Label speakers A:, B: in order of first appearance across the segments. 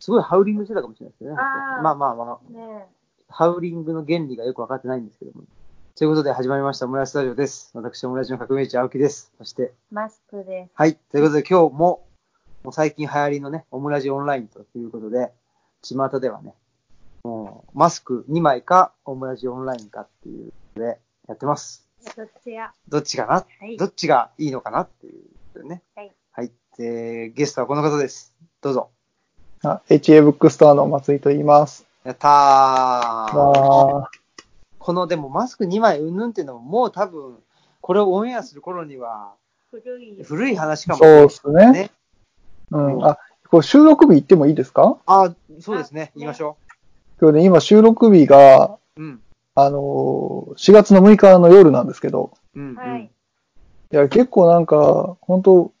A: すごいハウリングしてたかもしれないですね。
B: あー
A: まあまあまあ、
B: ねえ。
A: ハウリングの原理がよくわかってないんですけども。ということで始まりました、オムライススタジオです。私、オムライスの革命児、青木です。そして、
B: マスクです。
A: はい。ということで今日も、もう最近流行りのね、オムラジオンラインということで、巷ではね、もうマスク2枚か、オムラジオンラインかっていうので、やってます。
B: どっちや。
A: どっちかな、
B: はい
A: どっちがいいのかなっていうことでね。
B: はい。
A: はい。で、ゲストはこの方です。どうぞ。
C: あ、HA ブックストアの松井と言います。
A: やったー。
C: あ
A: この、でもマスク2枚うんぬんっていうのも、もう多分、これをオンエアする頃には、
B: 古い。
A: 古い話か
C: ー
A: もしれ
C: そう
A: ない
C: で。すね。
A: ね。
C: うん。あ、これ収録日行ってもいいですか
A: あ、そうですね。言いましょ
C: 今日ね、今収録日が、
A: う。うん。
C: あのー4月の6日の夜なんですけど、
A: うん、うん。
B: はい。
C: いや、結構なんか、本当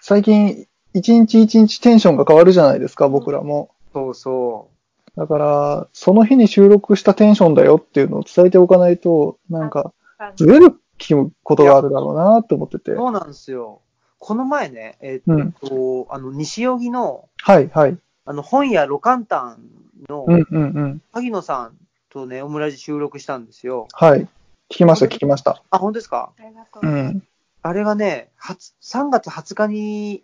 C: 最近、一日一日テンションが変わるじゃないですか、僕らも。
A: そうそう。
C: だから、その日に収録したテンションだよっていうのを伝えておかないと、なんか、ずれることがあるだろうなと思ってて。
A: そうなんですよ。この前ね、え
C: う
A: ー
C: ん
A: っと、あの、西荻の、
C: はい、はい。
A: あの、本屋ロカンタンの、
C: うん、うん、うん。
A: 萩野さんとね、オムラジ収録したんですよ。
C: はい。聞きました、聞きました。
A: あ、本当ですか
B: ありがとう
C: う。ん。
A: あれがね、初3月20日に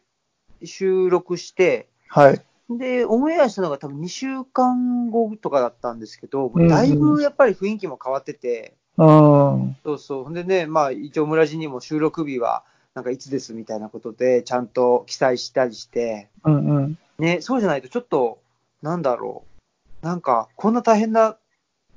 A: 収録して、
C: はい。
A: で、オンエアしたのが多分2週間後とかだったんですけど、
C: うんうん
A: だいぶやっぱり雰囲気も変わってて、
C: うん。
A: そうそう。ほんでね、まあ、一応オムラジにも収録日は、なんかいつですみたいなことで、ちゃんと記載したりして、
C: うんうん。
A: ね、そうじゃないとちょっと、なんだろう。なんか、こんな大変な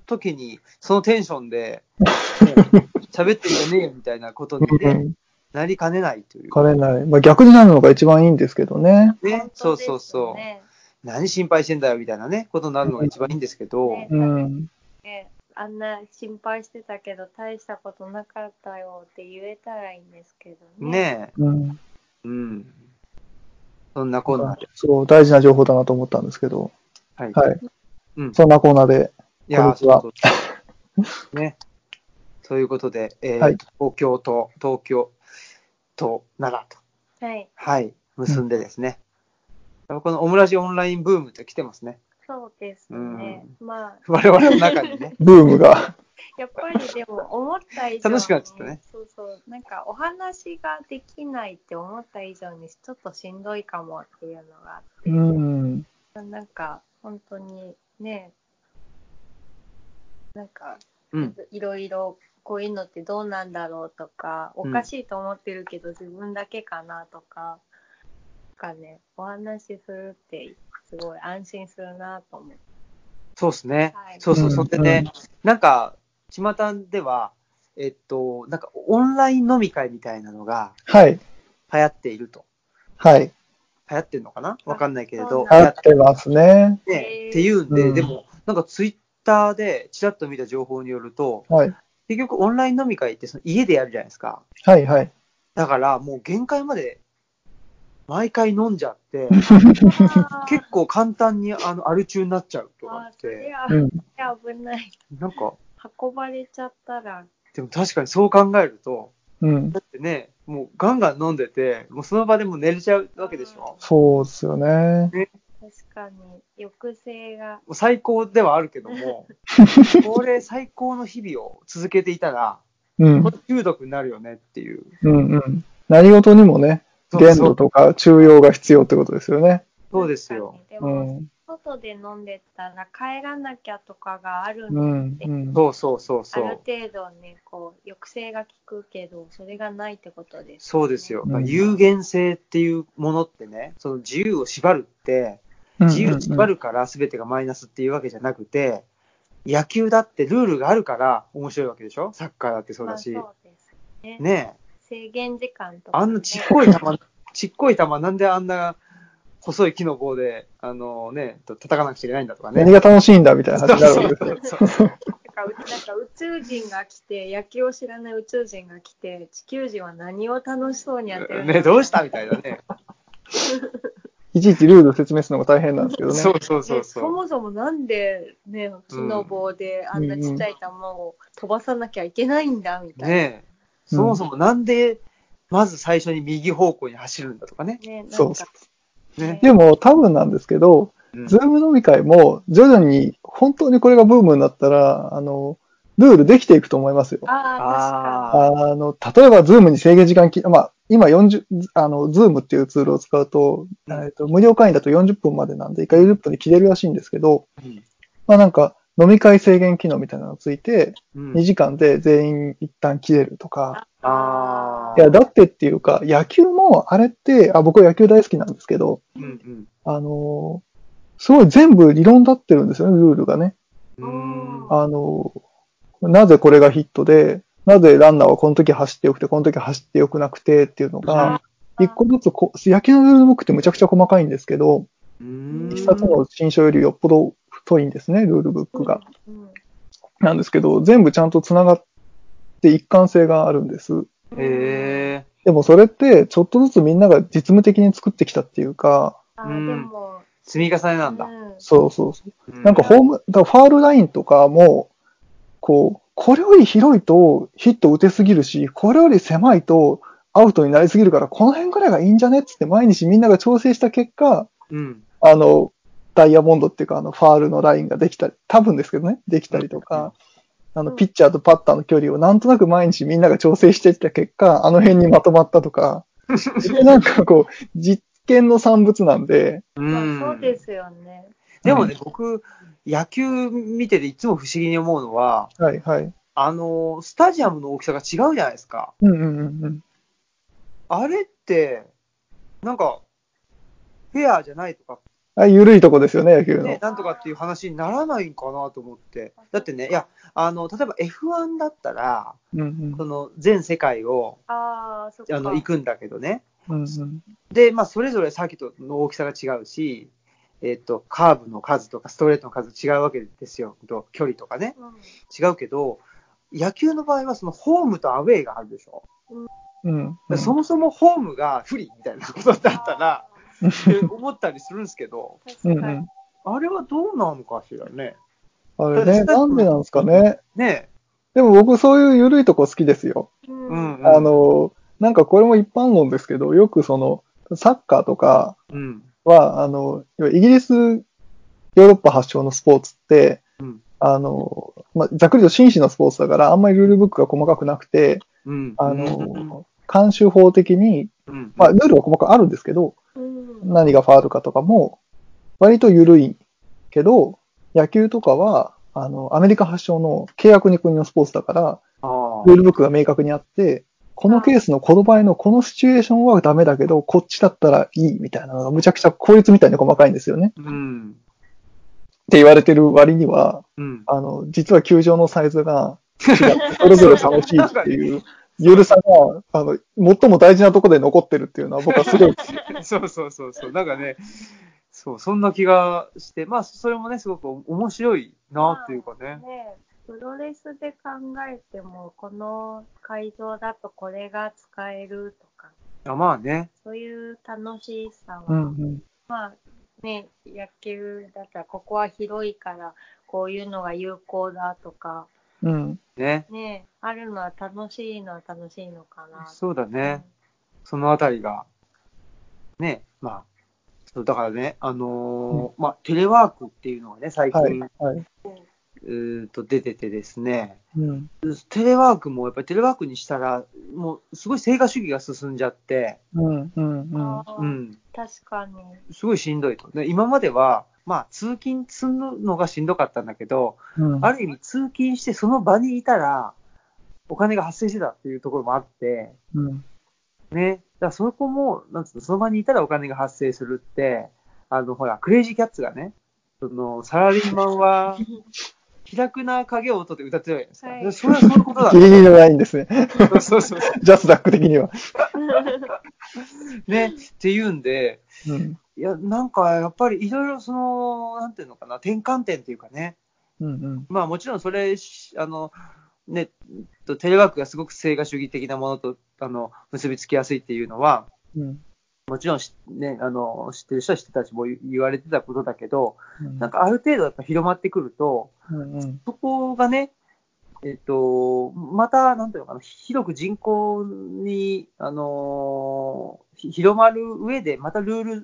A: 時に、そのテンションで、ね喋ってんじゃねえよみたいなことにね、なりかねないという。
C: 枯れない。まあ逆になるのが一番いいんですけどね。
A: ね、そうそうそう。
B: ね
A: 何心配してんだよみたいなね、ことになるのが一番いいんですけど、
B: ね
C: うん。
B: ねあんな心配してたけど、大したことなかったよって言えたらいいんですけどね。
A: ね
B: ね
C: うん。
A: うん。そんなこんなで。
C: そう、大事な情報だなと思ったんですけど。
A: はい。
C: はい。
A: うん。
C: そんなコーナーで。
A: いやー、
C: こんにちは
A: そうそうそう。ね。ということで、えー
C: はい
A: 東京と、東京と奈良と、
B: はい。
A: はい、結んでですね。このオムラジオンラインブームって来てますね。
B: そうですね。まあ、
A: 我々の中に ね。
C: ブームが。
B: やっぱりでも思った以上に
A: 楽しくなっちゃったね。
B: そうそう。なんかお話ができないって思った以上にちょっとしんどいかもっていうのがあって、
C: うん。
B: なんか本当にね、なんか
A: うん。
B: いろいろこういうのってどうなんだろうとか、おかしいと思ってるけど自分だけかなとか、なんかね、お話しするってすごい安心するなと思って。
A: そうですね
B: は。い
A: そうそう。そんでね
C: う、ん
A: なんか、巷では、えっと、なんか、オンライン飲み会みたいなのが
C: はい。
A: 流行っていると。
C: はい。
A: 流行ってるのかなわかんないけれ
B: そ
A: ど
B: う。
C: 流
B: なん
C: 行
B: だ
C: ってますね。
A: ね
B: へー
A: っていうんで、
C: うん
A: でも、なんかツイッターでちらっと見た情報によると、
C: はい。
A: 結局オンライン飲み会ってその家でやるじゃないですか。
C: はいはい。
A: だからもう限界まで毎回飲んじゃって、結構簡単にあのアル中になっちゃうとか
B: あ
A: っ
B: ーそり
A: て、
B: ゃ、
C: うん。
B: 危ない。
A: なんか、
B: 運ばれちゃったら
A: でも確かにそう考えると、
C: うん。
A: だってね、もうガンガン飲んでて、もうその場でもう寝れちゃうわけでしょ。も
C: そうですよね。
B: 確かに抑制が
A: う最高ではあるけど も、これ最高の日々を続けていたら、
C: うん。
A: これ中毒になるよねっていう。
C: うんうん。何事にもね、限度とか中用が必要ってことですよね。
A: そうですよ。
B: 確かにで
C: う
B: も、
C: ん。
B: 外で飲んでたら帰らなきゃとかがある
C: う
B: の
C: ん。うん。
A: そうそうそう
B: あ
A: そ
B: る
A: う。
B: 程度ねこう抑制が効くけどそれがないってことです、ね、
A: そうですよ。
C: うん
A: 有限性っていうものってね、その自由を縛るって、自由を縛るから全てがマイナスっていうわけじゃなくて、野球だってルールがあるから面白いわけでしょサッカーだってそう
B: ま
A: だ
B: あ、そ
A: し。
B: うですね
A: ねえ、
B: 制限時間とか、ね、
A: あんなちっこい球、ちっこい球なんであんな細い木の棒で、あのね、と叩かなくちゃいけないんだとかね。
C: 何が楽しいんだみたいな
A: そう
C: 話になる
A: そ
C: わけ
A: う
C: ですよ。
A: そうそう
B: だからうなんか宇宙人が来て野球を知らない宇宙人が来て地球人は何を楽しそうにやってるのか
A: ね、どうしたみたいなね。
C: いちいちルール説明するのが大変なんですけどね。
A: そうそうそ
B: そう
A: そう。
B: もそもなんで、ね、木の棒であんなちっちゃい球を飛ばさなきゃいけないんだみたいな。
A: ねえ、そもそもなんで、まず最初に右方向に走るんだとかね。
B: ねなんか
C: そうそ
A: ね。
C: でも多分なんですけど、
A: うん
C: ズーム飲み会も徐々に本当にこれがブームになったら、あの、ルールできていくと思いますよ。
B: ああ、確か
A: あ
C: あの、例えばズームに制限時間き、まあ、今40、あの、ズームっていうツールを使うと、
A: うん
C: えっと、無料会員だと40分までなんで、1回40分で切れるらしいんですけど、
A: うん
C: まあなんか、飲み会制限機能みたいなのがついて、
A: うん
C: 2時間で全員一旦切れるとか、
B: に。あ
A: あ
C: いや、だってっていうか、野球もあれって、あ、僕は野球大好きなんですけど、
A: うん
C: あのーすごい全部理論立ってるんですよね、ルールがね。
A: うんうん
C: あのーなぜこれがヒットで、なぜランナーはこの時走ってよくて、この時走ってよくなくてっていうのが、
B: うん
C: 一個ずつこ、野球のルールブックってむちゃくちゃ細かいんですけど、
A: うん
C: 一冊の新書よりよっぽど太いんですね、ルールブックが。
B: うん。
C: なんですけど、全部ちゃんと繋がって一貫性があるんです。
A: へえ
C: でもそれって、ちょっとずつみんなが実務的に作ってきたっていうか、
B: あーでも、
A: 積み重ねなんだ。
B: うん
C: そうそうそう。
A: う
C: なんかホーム、だからファールラインとかも、こう、これより広いとヒット打てすぎるし、これより狭いとアウトになりすぎるから、この辺ぐらいがいいんじゃねっつって毎日みんなが調整した結果、
A: うん。
C: あの、ダイヤモンドっていうか、あの、ファールのラインができたり、多分ですけどね、できたりとか、あの、
B: うん
C: ピッチャーとパッターの距離をなんとなく毎日みんなが調整してきた結果、あの辺にまとまったとか、でなんかこう、実験の産物なんで、
A: うん
B: まあそうですよね。
A: でもね、僕、野球見てていつも不思議に思うのは、
C: はいはい。
A: あの、スタジアムの大きさが違うじゃないですか。
C: うんうんうんうん。
A: あれって、なんか、フェアじゃないとか、
C: あ、ゆるいとこですよね、野球の。
A: ね、なんとかっていう話にならないんかなと思って。だってね、いや、あの、例えば F1 だったら、
C: うんうん
A: その全世界を、
B: ああ、そっか。
A: あの、行くんだけどね。
C: うんうん
A: で、まあ、それぞれサーキットの大きさが違うし、えっと、カーブの数とかストレートの数違うわけですよ。と距離とかね。
B: うん。
A: 違うけど、野球の場合はそのホームとアウェイがあるでしょ。
C: うんう
A: だ
C: ん。
A: からそもそもホームが不利みたいなことだった ら、って思ったりするんですけど、
B: あー、確
C: うんう
B: かに
C: ん。
A: あれはどうなのかしらね。
C: あれね、なんでなんですかね。
A: ね
C: でも僕そういうゆるいとこ好きですよ。
A: う
B: うん
A: ん。
C: あ、の、なんかこれも一般論ですけど、よくその、サッカーとか
A: うん。
C: は、あの、要はイギリス、ヨーロッパ発祥のスポーツって、
A: うん
C: あの、まあ、ざっくりと紳士のスポーツだから、あんまりルールブックが細かくなくて、
A: うん。
C: あの、監修法的に、
A: うん、
C: まあ、ルールは細かくあるんですけど、
B: うん。
C: 何がファールかとかも、割と緩いけど、野球とかは、あの、アメリカ発祥の契約に国のスポーツだから、
A: あ
C: ルールブックが明確にあって、このケースのこの場合のこのシチュエーションはダメだけど、こっちだったらいいみたいなのがむちゃくちゃ効率みたいに細かいんですよね。
A: ーうん。
C: って言われてる割には、
A: うん。
C: あの、実は球場のサイズが違って、それぞれ楽しいっていう、ゆるさが、あの、最も大事なところで残ってるっていうのは僕はすごい、
A: そうそうそうそう。なんかね、そう、そんな気がして、まあ、それもね、すごく面白いなっていうかね。
B: ねプロレスで考えても、この会場だとこれが使えるとか、
A: あまあね。
B: そういう楽しさは、
C: うんうん、
B: まあね、野球だったらここは広いから、こういうのが有効だとか、
C: うん。
A: ね。
B: ね、あるのは楽しいのは楽しいのかな。
A: そうだね。そのあたりが。ね。まあ。そうだからね、あのーまあ、テレワークっていうのがね、最近、
C: はい、はい。
A: うーんと出ててですね、
C: うん。
A: テレワークも、やっぱりテレワークにしたら、もうすごい成果主義が進んじゃって、
C: うん
B: う。
C: うんうんん
B: あ。ー
A: うん、
B: 確かに。
A: すごいしんどいと。で今までは、まあ、通勤するのがしんどかったんだけど、
C: うん
A: ある意味通勤してその場にいたら、お金が発生してたっていうところもあって、
C: うん
A: ね、だからそこも、なんつうの、その場にいたらお金が発生するって、あの、ほら、クレイジーキャッツがね、その、サラリーマンは、気楽な影を音って歌ってるじゃないですか。
B: は
A: で
B: い
A: それはそういうことだ
C: ギリギリのラインですね。
A: そうそうそう。
C: ジャスダック的には。
A: ね、っていうんで、
C: うん。
A: いや、なんかやっぱりいろいろその、なんていうのかな、転換点っていうかね、
C: うんうん。
A: まあもちろんそれ、しあの、ね、とテレワークがすごく成果主義的なものとあの結びつきやすいっていうのは、
C: うん
A: もちろんし、ね、あの知ってる人は知ってたし、もう言われてたことだけど、
C: うん。
A: なんかある程度やっぱ広まってくると、
C: うんうん。
A: そこがね、えっと、また、なんていうのかな、広く人口に、あのひ広まる上で、またルール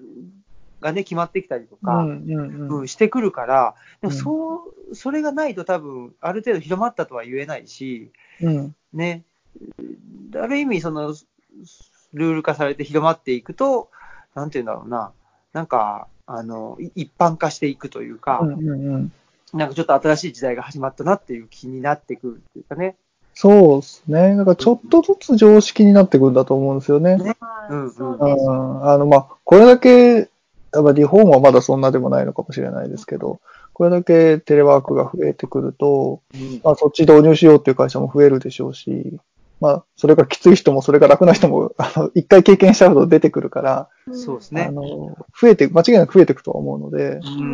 A: がね、決まってきたりと
C: う
A: か、
C: んうん
A: う
C: うん
A: ん、してくるから、でも
C: うん
A: そう、それがないと多分、ある程度広まったとは言えないし、
C: うん
A: ね、ある意味、その、ルール化されて広まっていくと、なんていうんだろうな、なんか、あの、い一般化していくというか、
C: うんうん
A: なんかちょっと新しい時代が始まったなっていう気になってくるっていうかね。
C: そうですね。なんかちょっとずつ常識になってくんだと思うんですよね。
B: はい
A: うんうん
B: そう
C: う
B: ですね
C: ん。あの、まあ、これだけ、やっぱリフォームはまだそんなでもないのかもしれないですけど、これだけテレワークが増えてくると、
A: うん
C: まあ、そっち導入しようっていう会社も増えるでしょうし、まあ、それがきつい人も、それが楽な人も、 あの、一回経験しちゃうと出てくるから、
B: うん
A: そうです
C: あ
A: ね。
C: の、増えて、間違いなく増えていくとは思うので、
A: う。
B: うん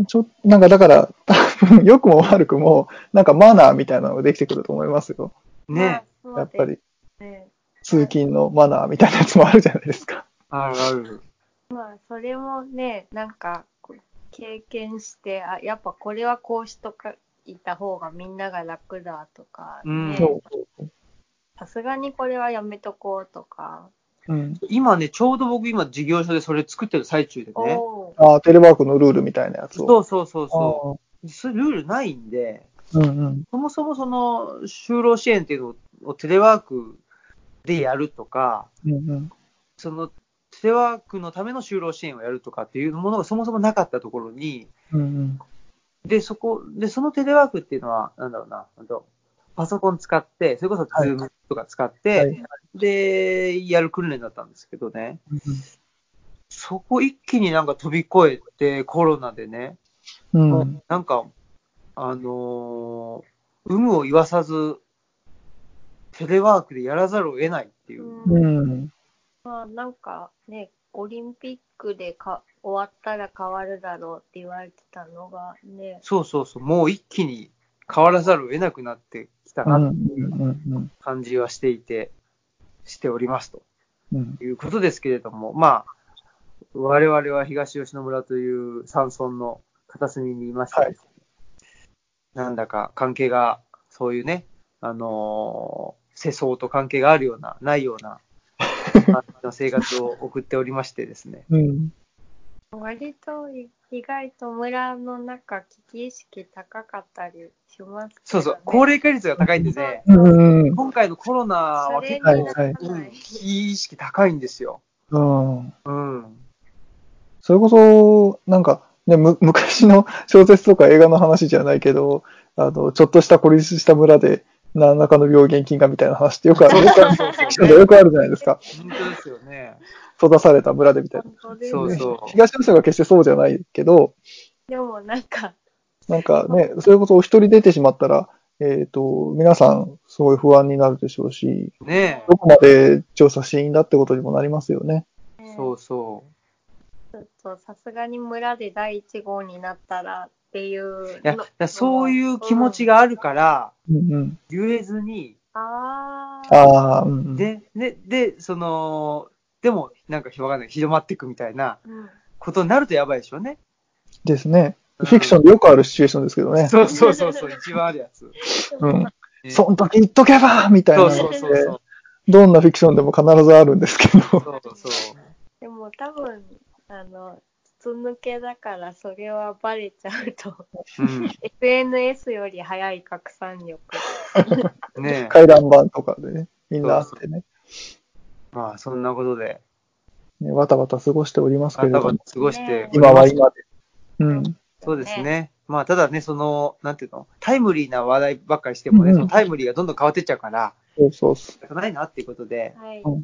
B: ん。
C: ちょ、なんかだから、多分、良くも悪くも、なんかマナーみたいなのができてくると思いますよ。
A: ね
B: ま
C: や
B: あ
C: っ
B: そう
C: ぱ。り、
B: ですね
C: 通勤のマナーみたいなやつもあるじゃないですか。
A: あるある。
B: まあ、それもね、なんか、こう経験して、あ、やっぱこれはこうしとか、いた方がみんなが楽だとか、
A: うん
B: ね
C: そう
B: さすがにこれはやめとこうとか、
C: うん。
A: 今ね、ちょうど僕今事業所でそれ作ってる最中で
B: お
A: ね。
B: おー、
C: ああ、テレワークのルールみたいなやつを。
A: そうそうそうそ
C: あ
A: う。それルールないんで、
C: あうんうん。
A: そもそもその就労支援っていうのをテレワークでやるとか、
C: うんうん。
A: そのテレワークのための就労支援をやるとかっていうものがそもそもなかったところに、
C: うんうん。
A: で、そこ、で、そのテレワークっていうのは、なんだろうな、あとパソコン使って、それこそ
C: はい
A: Zoom とか使っ
C: は
A: て、
C: い。
A: で、やる訓練だったんですけどね、
C: うん
A: そこ一気になんか飛び越えてコロナでね、
C: うん。
A: なんか、あのー有無を言わさず、テレワークでやらざるを得ないっていう。
B: うん
C: うん。
B: まあなんかね、オリンピックでか終わったら変わるだろうって言われてたのがね、
A: そうそうそう、もう一気に変わらざるを得なくなってきた
C: うん
A: なっていう
C: うん
A: 感じはしていて、しておりますと
C: うん。
A: いうことですけれども、まあ、我々は東吉野村という山村の片隅にいました、
C: はい
A: なんだか関係が、そういうね、あのー世相と関係があるような、ないよう な、感じの生活を送っておりましてですね。
C: うん。
B: 割とい意外と村の中、危機意識高かったりしますけどね、
A: そうそう、高齢化率が高いんで
B: そう
A: ね、
C: うんうん。
A: 今回のコロナは
B: そ
A: 結
B: れ
A: 構
B: にならない。
A: うん、危機意識高いんですよ。
C: うん。
A: うん。
C: それこそ、なんか、ね、む、昔の小説とか映画の話じゃないけど、あの、ちょっとした孤立した村で、何らかの病原菌がみたいな話ってよ くある、よくある、よくあるじゃないですか。
A: 本当ですよね。
C: 閉ざされた村でみたいな。
B: 本当です
A: そう
B: ね
A: そう
C: 東の人が決してそうじゃないけど、
B: でもなんか、
C: なんかね、それこそお一人出てしまったら、えっ、と、皆さん、すごい不安になるでしょうし、
A: ね
C: どこまで調査していいんだってことにもなりますよね。
A: え
B: ね、
A: そうそ
B: ちょっとさすがに村で第一号になったらっていう
A: う。いや、
B: の
A: だからそういう気持ち、があるから、
C: うんうん。
A: 言えずに、
B: うんああ
C: ああ、うんうん。
A: で、ね、で、その、でも、なんかわかんない、広まっていくみたいな
B: うん
A: ことになるとやばいでしょうね。
C: ですね。
A: うん
C: フィクションでよくあるシチュエーションですけどね。
A: そうそうそうそう、一番あるやつ。
C: うん。
A: ね
C: そん時言っとけばみたいな
A: そ
C: の
A: う
C: って
A: そうそうそう。
C: どんなフィクションでも必ずあるんですけ ど。
A: そうそう。
B: でも多分、あの、筒抜けだからそれはバレちゃうと、
A: うん、
B: SNS より早い拡散力。
A: ねえ。
C: 回覧板とかでね、みんなあってね、
A: まあ、そんなことで、
C: ねわたわた過ごしておりますけれど
A: 頭
C: も
A: を、過ごして、
C: 今は今で。うん。
A: そうですね。まあ、ただね、その、なんていうの、タイムリーな話題ばっかりしてもね、
C: うん
A: そのタイムリーがどんどん変わってっちゃうから、
C: そうそうっす。
A: 仕方ないなっていうことで、
B: はい。
C: うん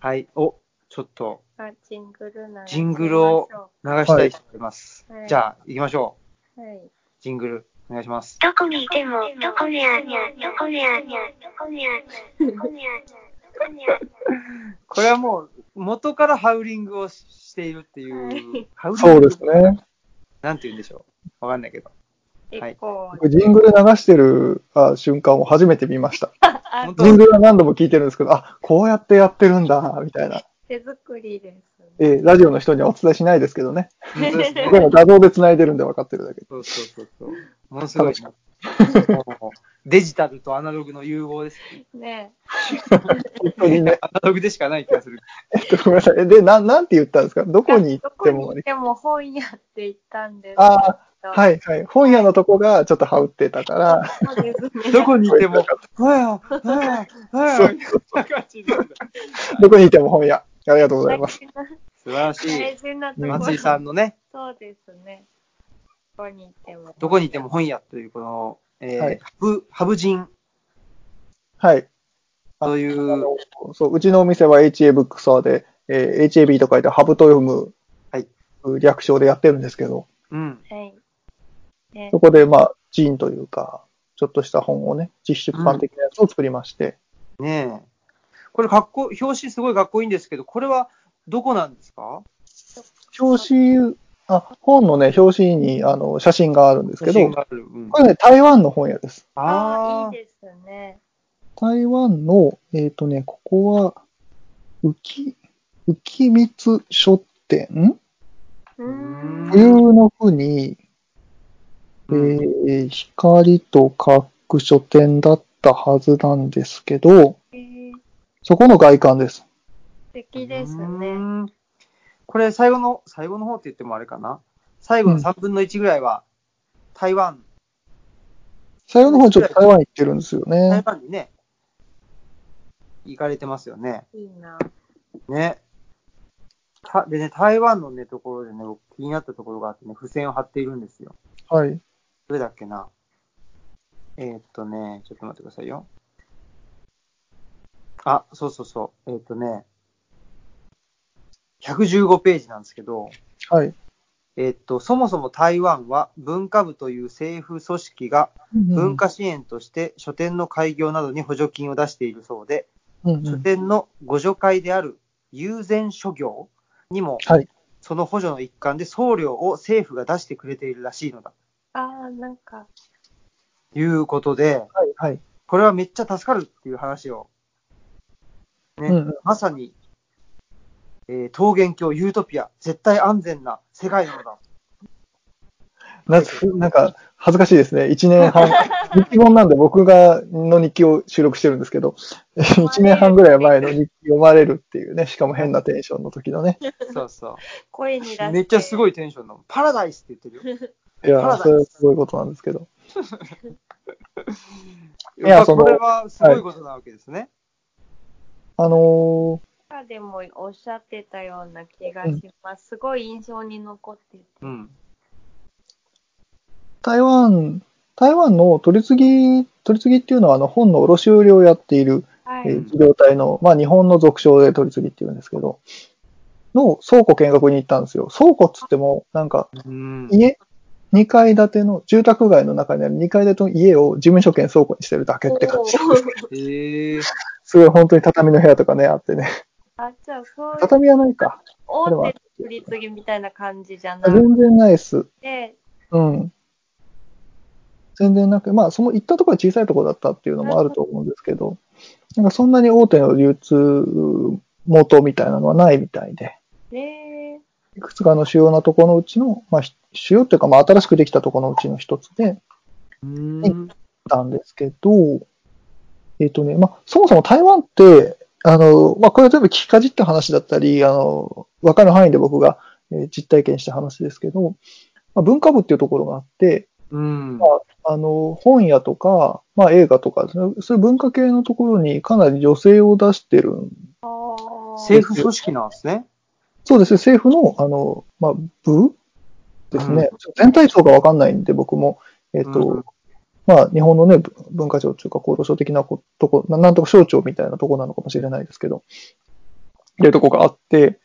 A: はい、お、ちょっと
B: あジングルな
A: ジングルを流したいと思います。
B: はい
A: じゃあ、行きましょ
B: はい。
A: う。ジングル、お願いします。
D: どこにいても、どこにゃにゃ、どこにゃにゃ、どこにゃにゃ、どこにゃにゃ、どこにゃにゃ。
A: これはもう、元からハウリングをししているっていう、ハウリング
C: そうですね。
A: なんて言うんでしょう。わかんないけど。
B: 結構、
C: 僕ジングル流してるあ瞬間を初めて見ました。
B: あ
A: 本当
C: ジングルは何度も聞いてるんですけど、あ、こうやってやってるんだ、みたいな。
B: 手作りですね。
C: えーラジオの人にはお伝えしないですけどね。
A: 本当ですね
C: でも画像で繋いでるんで分かってるだけ。
A: そうそうそうそう。ものすごい
C: 楽しかっ
A: デジタルとアナログの融合です。
B: ね
C: 本当にね。
A: アナログでしかない気がする。
C: えっと、ごめんなさい。で、なん、なんて言ったんですかど
B: え
C: こに行
B: ど
C: って
B: こに行
C: も
B: っ。ても本屋って行ったんです。
C: あはいいはい。本屋のとこがちょっと羽織って たから、
B: そうですね。
A: どこにいても、わや、わや、わや、
C: そう
A: みたいな感じで
C: どこにいても本屋。ありがとうございます。
A: 素晴らし
B: 大
A: い。
B: 事なところ。
A: 松井さんのね、
B: そうですね。どこに行っても。
A: どこにいても本屋という、この、えー
C: はい
A: ハブ、ハブ人
C: はい。
A: とい
C: あ
A: う、
C: のそううちのお店は HA ブックストアで、えー HAB と書いてハブと読む、
A: はい
C: 略称でやってるんですけど、
A: うん、
B: はい。ね
C: そ、こでまあ、ジーンというか、ちょっとした本をね、実出版的なやつを作りまして、
A: ねえ。これ、かっこ、表紙すごいかっこいいんですけど、これはどこなんですか
C: 表紙、あ、本のね、表紙にあの写真があるんですけ
A: 写真
C: ど、
A: がある。うん
C: これね、台湾の本屋です。
B: あ
A: あ
B: あ、
A: ー
B: いいですね。
C: 台湾の、えっ、とね、ここは、浮き、浮き光書店
B: うー
A: うん
B: ん。
C: 冬のふに、
A: うん
C: えー光と科学書店だったはずなんですけど、
B: えー
C: そこの外観です。
B: 素敵です
A: う
B: ね。
A: んこれ、最後の、最後の方って言ってもあれかな。最後の3分の1ぐらいは、台湾、
C: 最後の方ちょっと台湾行ってるんですよ
A: 台
C: ね。
A: 湾にね、行かれてますよね。
B: いいな。
A: ね。たでね、台湾のね、ところでね、僕気になったところがあってね、付箋を貼っているんですよ。
C: はい。
A: どれだっけな。えーっとね、ちょっと待ってくださいよ。あ、そうそうそう。えーっとね、115ページなんですけど、
C: はい。
A: えーっと、そもそも台湾は文化部という政府組織が文化支援として書店の開業などに補助金を出しているそうで、
C: うんうん
A: 書店の互助会である友禅諸業にも、
C: はい
A: その補助の一環で送料を政府が出してくれているらしいのだ
B: ああ、なんか、
A: ということで、
C: はい。はい。
A: これはめっちゃ助かるっていう話を、ね
C: うんうん
A: まさに、えー桃源郷ユートピア、絶対安全な世界なのだ。
C: なんかふなんか、恥ずかしいですね。1年 半。日記本なんで僕が、の日記を収録してるんですけど、1年半ぐらい前の日記読まれるっていうね、しかも変なテンションの時のね。
A: そうそ
B: 声に出して。
A: う。めっちゃすご
B: い。
A: いテンションだもん。パラダイスって言ってるよ。
C: いや、それはすごいことなんですけど。いや
A: まあ
C: その
A: これはすごいことなわけですね。
C: あの
B: でもおっしゃってたような気がします。すごい印象に残ってて。
A: うん。
C: ー台湾、台湾の取り次ぎ、取り次ぎっていうのは、あの、本の卸売りをやっている、
B: はい。
C: えー事業体の、まあ、日本の俗称で取り次ぎっていうんですけど、の倉庫見学に行ったんですよ。倉庫っつっても、なんか、
A: うん。
C: 家、2階建ての、住宅街の中にある2階建ての家を事務所兼倉庫にしてるだけって感じ。
B: お
A: え
B: ー
A: ー、
C: すごい、本当に畳の部屋とかね、あってね。
B: あ、じゃあ、そういう
C: 畳はないか。
B: 大手の取り次ぎみたいな感じじゃなく
C: 全然ないっす。
B: て、
C: うん。全然なく、まあ、その行ったところは小さいところだったっていうのもあると思うんですけど、なんかそんなに大手の流通元みたいなのはないみたいで、
B: ね
C: いくつかの主要なところのうちの、まあ、ひ主要っていうか、まあ、新しくできたところのうちの一つで、
A: うん。
C: ったんですけど、えっ、とね、まあ、そもそも台湾って、あの、まあ、これは全部聞きかじった話だったり、あの、わかる範囲で僕が、えー実体験した話ですけど、まあ、文化部っていうところがあって、
A: うん。
C: あの、本屋とか、まあ、映画とかですね、そういう文化系のところにかなり女性を出してるん
B: え。おー
A: 政府組織なんですね。
C: そうですね、政府の、あの、まあ、部ですね、全体像がわかんないんで、僕も、えっ、と、
A: うん
C: まあ、日本のね、ぶ文化庁というか、厚労省的なことこ、ななんとか省庁みたいなとこなのかもしれないですけど、っていうとこがあって、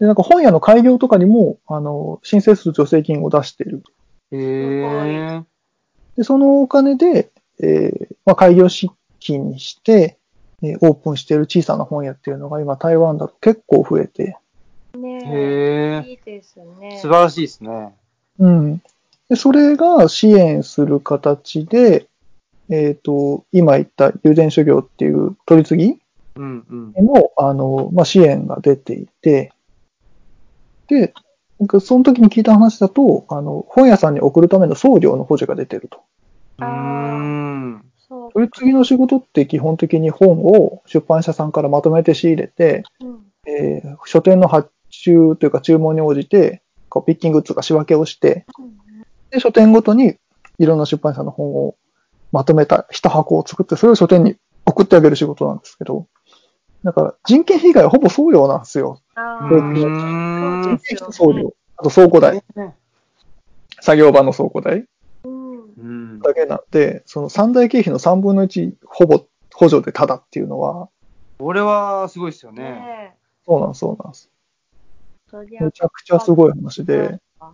C: で、なんか本屋の開業とかにも、あの、申請する助成金を出している。
A: へ
B: す
A: え。
C: で、そのお金で、えーまあ、開業資金にして、えーオープンしている小さな本屋っていうのが今、台湾だと結構増えて、
B: ねえ。
A: へ
B: いいです
A: え。
B: ね。
A: 素晴らしいですね。
C: うん。で、それが支援する形で、えっ、と、今言った油田諸業っていう取り次
A: うんうん。
C: ぎの、あの、まあ、支援が出ていて、で、なんかその時に聞いた話だと、あの、本屋さんに送るための送料の補助が出てると。
A: あうーん。
B: そう
C: 取り次ぎの仕事って基本的に本を出版社さんからまとめて仕入れて、
B: うん
C: えー書店の発注というか注文に応じて、こうピッキングとか仕分けをして、で、書店ごとにいろんな出版社の本をまとめた一箱を作って、それを書店に送ってあげる仕事なんですけど、だから人件被害はほぼ送料なんですよ。
A: う
B: ああ、そ
C: こういう
A: ー。
B: うんですよね。
C: 送料。あと倉庫代。作業場の倉庫代
B: うん。
A: うん。
C: だけなんで、その三大経費の3分の1ほぼ補助でただっていうのは、
A: これはすごいですよね。
B: ね
C: そうなんそうなんです。
B: え、そりゃ
C: めちゃくちゃすごい話で、だ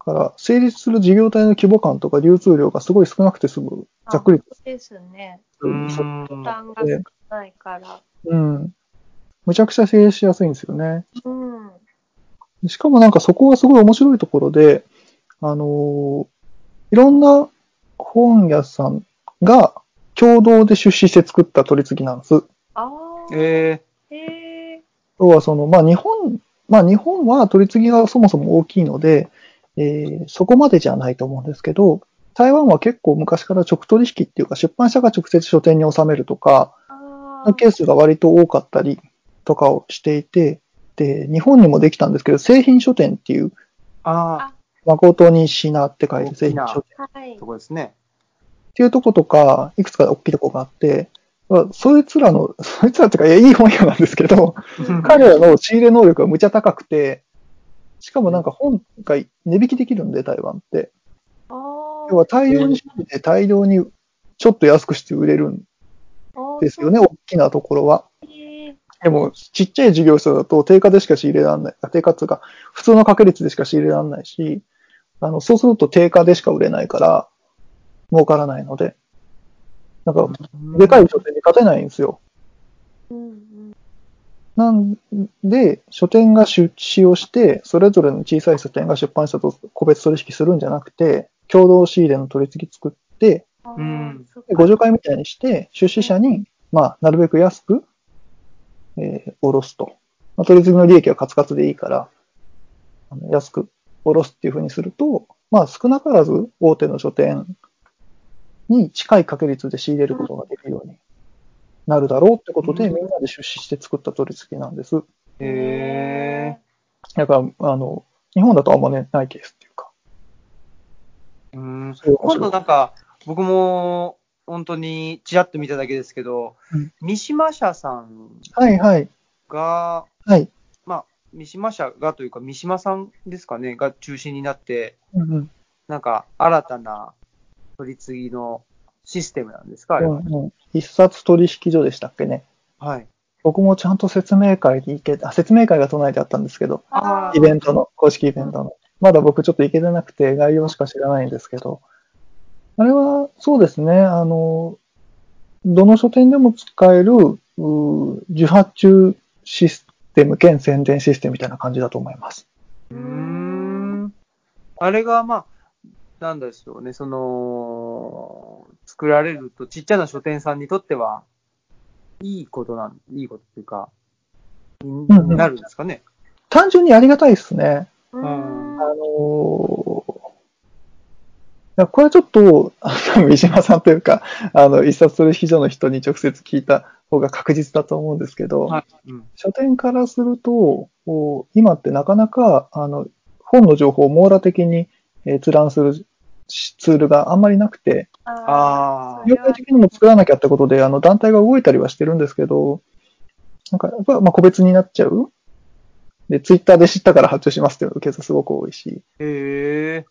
B: あ
C: から成立する事業体の規模感とか流通量がすごい少なくて済む。ざっくり
B: あそうですね。
A: うー
C: そ
B: 負
A: ん。
B: 担が少ないから。
C: うん。むちゃくちゃ経営しやすいんですよね。
B: うん。
C: しかもなんかそこがすごい面白いところで、あのーいろんな本屋さんが共同で出資して作った取り次ぎなんです。
B: ああ、
A: え
B: へえ。
C: 要はその、まあ日本、まあ日本は取り次ぎがそもそも大きいので、えーそこまでじゃないと思うんですけど、台湾は結構昔から直取引っていうか出版社が直接書店に納めるとか、
B: あ
C: のケースが割と多かったりとかをしていて、で、日本にもできたんですけど、製品書店っていう、
A: ー、あ
C: 誠に品って書いて製品書店
B: あ、はい
A: あ、そ。こですね。
C: っていうとことか、いくつか大きいとこがあって、まあそいつらの、そいつらっていうか、いやいい本屋なんですけど、彼らの仕入れ能力がむちゃ高くて、しかもなんか本が値引きできるんで、台湾って。
B: あー
C: 要は大量に仕入れて大量にちょっと安くして売れるん
B: あー、
C: ですよね、大きなところは。
B: そうへえ。
C: でも、ちっちゃい事業者だと定価でしか仕入れられない。定価っていうか、普通の掛け率でしか仕入れられないし、あの、そうすると定価でしか売れないから、儲からないので。なんか、でかい書店に勝てないんですよ。
B: うんうん。
C: なんで、書店が出資をして、それぞれの小さい書店が出版社と個別取引するんじゃなくて、共同仕入れの取り次ぎ作って、
B: あー
A: うん
B: そっ
C: で
B: か
C: 互助会みたいにして、出資者に、まあ、なるべく安く、えー、おろすと。まあ、取り次ぎの利益はカツカツでいいから、あの安くおろすっていうふうにすると、まあ、少なからず大手の書店に近い確率で仕入れることができるようになるだろうってことで、
A: うん
C: みんなで出資して作った取り次ぎなんです。
A: へ
C: だから、あの、日本だとあんまね、ないケースっていうか。
A: え。うん。
C: そういう面
A: 今
C: 白
A: 度
C: い
A: なんか、僕も、本当に、ちらっと見ただけですけど、
C: うん
A: 三島社さん
C: はいはい。
A: が、
C: はい。
A: まあ、三島社がというか、三島さんですかね、が中心になって、
C: うんうん。
A: なんか、新たな取り次ぎのシステムなんですか、あ
C: う
A: れは。
C: んうん一冊取引所でしたっけね。
A: はい。
C: 僕もちゃんと説明会に行けた、あ説明会が都内であったんですけど、
A: あー
C: イベントの、公式イベントの。まだ僕ちょっと行けてなくて、概要しか知らないんですけど、あれは、そうですね、あの、どの書店でも使える、うー受発注システム兼宣伝システムみたいな感じだと思います。
A: うーん。あれが、まあ、なんでしょうね、その、作られると、ちっちゃな書店さんにとっては、いいことなん、いいことっていうか、に
C: んうん
A: なるんですかね。
C: 単純にありがたいですね。
B: うん
C: あのーいやこれちょっと、あの三島さんというか、あの、一冊取引所の人に直接聞いた方が確実だと思うんですけど、
A: はい。うん。
C: 書店からすると、こう今ってなかなか、あの、本の情報を網羅的にえー閲覧するしツールがあんまりなくて、
A: あ
B: それ
C: 業
B: は
C: 界的にも作らなきゃってことで、あの、団体が動いたりはしてるんですけど、なんか、やっぱ、まあ、個別になっちゃう。で、ツイッターで知ったから発注しますっていうケースがすごく多いし、
A: あ。へえ。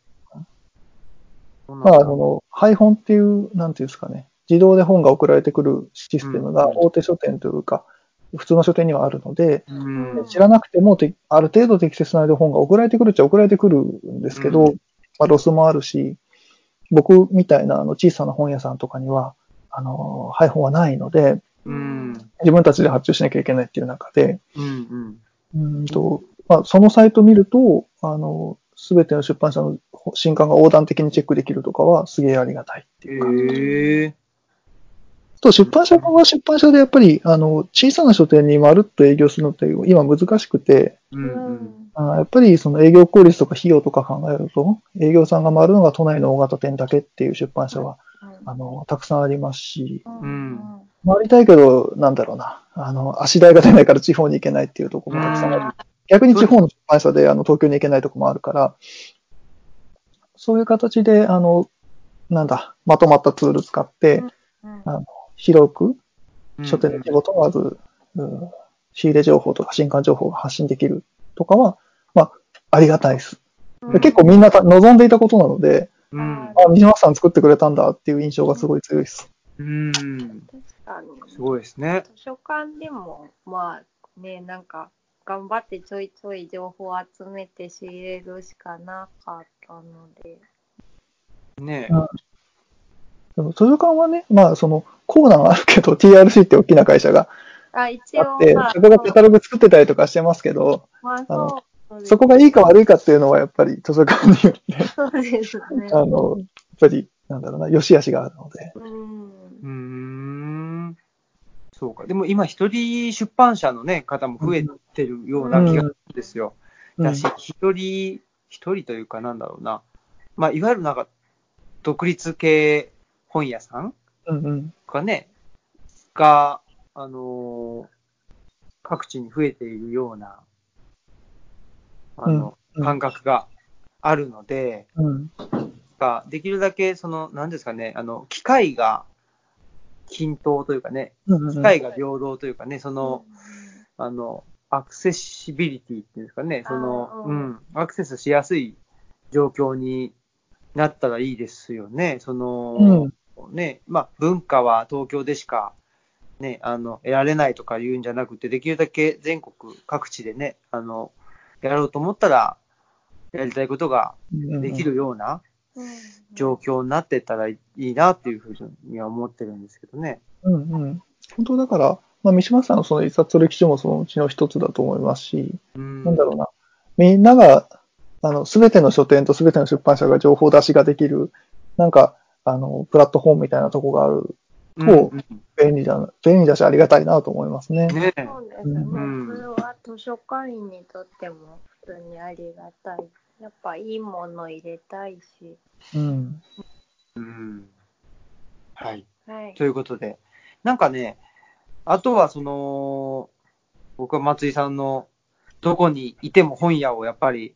A: そうなん
C: まあ、
A: だ
C: その、配本っていう、なんていうんですかね、自動で本が送られてくるシステムが
A: うん
C: 大手書店というか、普通の書店にはあるので、
A: うん。
C: 知らなくてもて、ある程度適切な本が送られてくるっちゃ送られてくるんですけど、
A: うん
C: まあ、ロスもあるし、僕みたいなあの小さな本屋さんとかには、あの、配本はないので、
A: うん。
C: 自分たちで発注しなきゃいけないっていう中で、
A: うん。
C: うーんと、まあ、そのサイト見ると、あの、すべての出版社の新刊が横断的にチェックできるとかはすげえありがたいっていうか。
A: へえ。
C: と出版社側は出版社でやっぱり、あの、小さな書店にまるっと営業するのって今難しくて、
A: うんうん。
C: あーやっぱりその営業効率とか費用とか考えると、営業さんが回るのが都内の大型店だけっていう出版社はあの、たくさんありますし、
B: うん
A: う
C: 回りたいけど、なんだろうな、あの、足代が出ないから地方に行けないっていうところもたくさんある。
A: うん
C: 逆に地方の出版社で、あの、東京に行けないとこもあるから、そういう形で、あの、なんだ、まとまったツール使って、
B: うん
C: 広く
A: うん
C: 書店の規模問わず、うん仕入れ情報とか新刊情報が発信できるとかは、まあ、ありがたいで
B: う
C: す。
B: ん
C: で結構みんなた望んでいたことなので、
A: うん。
C: あ、西松さん作ってくれたんだっていう印象がすごい強いです。
A: うん。
B: 確かに
A: すごいですね。
B: 図書館でもまあねなんか頑張ってちょいちょい情報を集めて仕入れるしかなかったので、
A: ね
C: うんでも図書館はね、まあ、その、コーナーはあるけど、TRC って大きな会社が
B: あ一
C: あっ
B: 応
C: て、
B: まあ、
C: そこがカタログ作ってたりとかしてますけど、
B: まあ
C: あの
B: そうです
C: そこがいいか悪いかっていうのは、やっぱり図書館によって、
B: そうですね。
C: あの、やっぱり、なんだろうな、良し悪しがあるので。
B: うん
A: うーん。そうか。でも今、一人出版社のね、方も増えてるような気がするんですよ。
C: うん
A: だし、一人、一人というかなんだろうな。まあ、いわゆるなんか、独立系本屋さん
C: うんうん。
A: がね、が、あのー各地に増えているような、あの、
C: うんうん
A: 感覚があるので、
C: うん。
A: が、できるだけ、その、なんですかね、あの、機会が均等というかね、
C: うんうん
A: 機会が平等というかね、その、あの、アクセシビリティっていうんですかね、その
B: あ、ー
A: うん、アクセスしやすい状況になったらいいですよね、その、ね、まあ、文化は東京でしか、ね、あの、得られないとか言うんじゃなくて、できるだけ全国各地でね、あの、やろうと思ったら、やりたいことができるような、状況になってたらいいなっていうふうには思ってるんですけどね。
C: うんうん。本当だから、まあ、三島さんのその一冊歴史もそのうちの一つだと思いますし、
A: うん
C: なんだろうな、みんなが、あの、すべての書店とすべての出版社が情報出しができる、なんか、あの、プラットフォームみたいなとこがある、
A: うん
C: こ便利だな、便利だしありがたいなと思いますね。
A: ねえ
B: そうですね、
A: うん
B: それは図書館員にとっても普通にありがたい。やっぱいいもの入れたいし。
C: うん。
A: うんはい。
B: はい
A: と。いうことで、なんかね、あとはその、僕は松井さんの、どこにいても本屋をやっぱり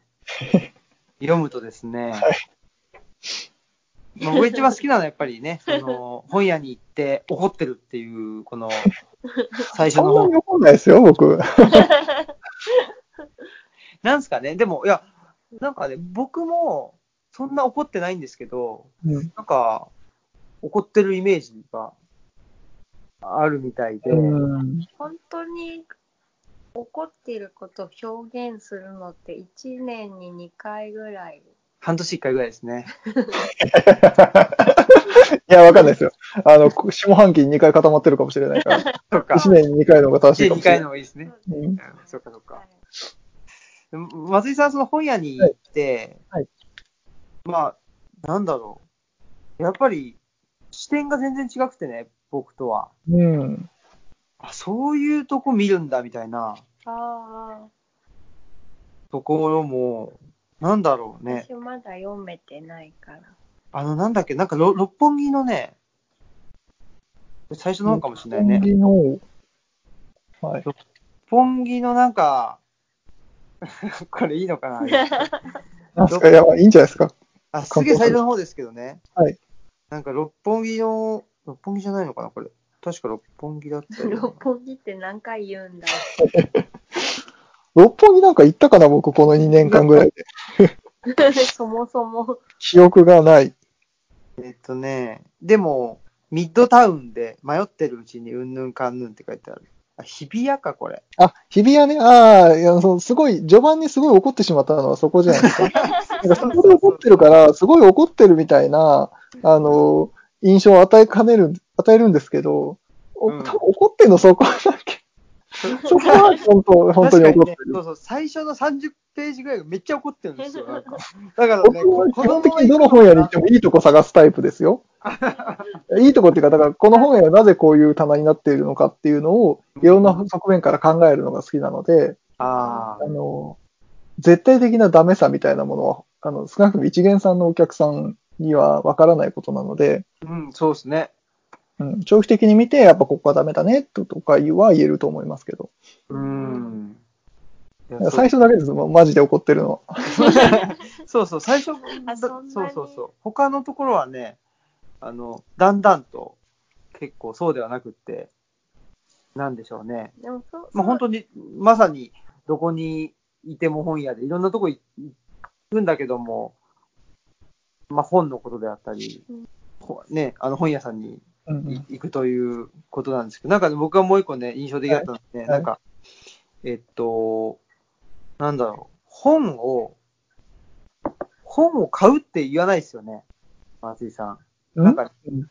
A: 読むとですね、まあ、僕一番好きなのはやっぱりね、その本屋に行って怒ってるっていう、この最初
C: そ
A: の
C: んな
A: 本
C: に怒んないですよ、僕。
A: なんすかね、でも、いや、なんかね、僕もそんな怒ってないんですけど、
C: うん。
A: なんか、怒ってるイメージがあるみたいで、
C: うん。
B: 本当に怒ってることを表現するのって1年に2回ぐらい。
A: 半年一回ぐらいですね。
C: いや、わかんないですよ。あの、下半期に2回固まってるかもしれないから、
A: とか、
C: 1年に2回の方が正しい
A: で
C: か
A: 2
C: もしれ
A: 回の
C: な い。
A: 方がいいですね。
C: うん
A: うんそっかそっ
B: は
A: か
B: い。
A: でも松井さん、その本屋に行って、
C: はいはい
A: まあ、なんだろう。やっぱり、視点が全然違くてね、僕とは。
C: うん。
A: あ、そういうとこ見るんだ、みたいな
B: あ
A: ところも、なんだろう
B: あ、
A: ね。
B: 私まだ読めてないから。
A: あの、なんだっけ、なんかろ、六本木のね、最初の方かもしれないね。
C: 六
A: 六
C: 本木の、はい。
A: 本木のなんか、 これいいのかな
C: なんですかいや、まあいいんじゃないですか。
A: あ、すげえ最初の方ですけどね。
C: はい。
A: なんか六本木の、六本木じゃないのかな、これ。確か六本木だったよな
B: 六本木って何回言 うんだ。
C: 六本木なんか行ったかな、僕、この2年間ぐらいで。
B: そもそも。
C: 記憶がない。
A: えっとね、でも、ミッドタウンで迷ってるうちにうんぬんかんぬんって書いてある。あ、日比谷か、これ。
C: あ、日比谷ね、ああ、いや、そうすごい、序盤にすごい怒ってしまったのはそこじゃない ですか。なんかそこで怒ってるから、すごい怒ってるみたいな、あの、印象を与えかねる、与えるんですけど、お
A: うん
C: 多分怒ってんのそこだ け。そこは本当、本当に怒って
A: 確かねそ
C: る。
A: うそう、最初の30ページぐらいがめっちゃ怒ってるんですよ。なんかだからね、
C: 僕は
A: こ
C: 基本的にどの本屋に行ってもいいとこ探すタイプで すよ。いいとこっていうか、だからこの本屋がなぜこういう棚になっているのかっていうのを、いろんな側面から考えるのが好きなので、
A: あ
C: あの、絶対的なダメさみたいなものは、あの、少なくとも一元さんのお客さんにはわからないことなので、
A: うん、そうですね。
C: うん、長期的に見て、やっぱここはダメだねととかは言えると思いますけど、
A: うん。いや
C: 最初だけです、もうマジで怒ってるのは。
A: そうそう、最初、だ
B: あそんなに
A: そうそうそう。他のところはね、あの、だんだんと結構そうではなくって、なんでしょうね。
B: でもそう、
A: まあ、本
B: 当
A: 当に、まさにどこにいても本屋で、いろんなとこ行くんだけども、まあ、本のことであったり
B: うん、
A: ほね、あの本屋さんに
C: うんう
A: い
C: ん
A: 行くということなんですけど、なんかね僕はもう一個ね、印象的だったので、ね
C: い
A: なんか、えっと、なんだろう、本を、本を買うって言わないですよね、松井さん。なんか
C: うん、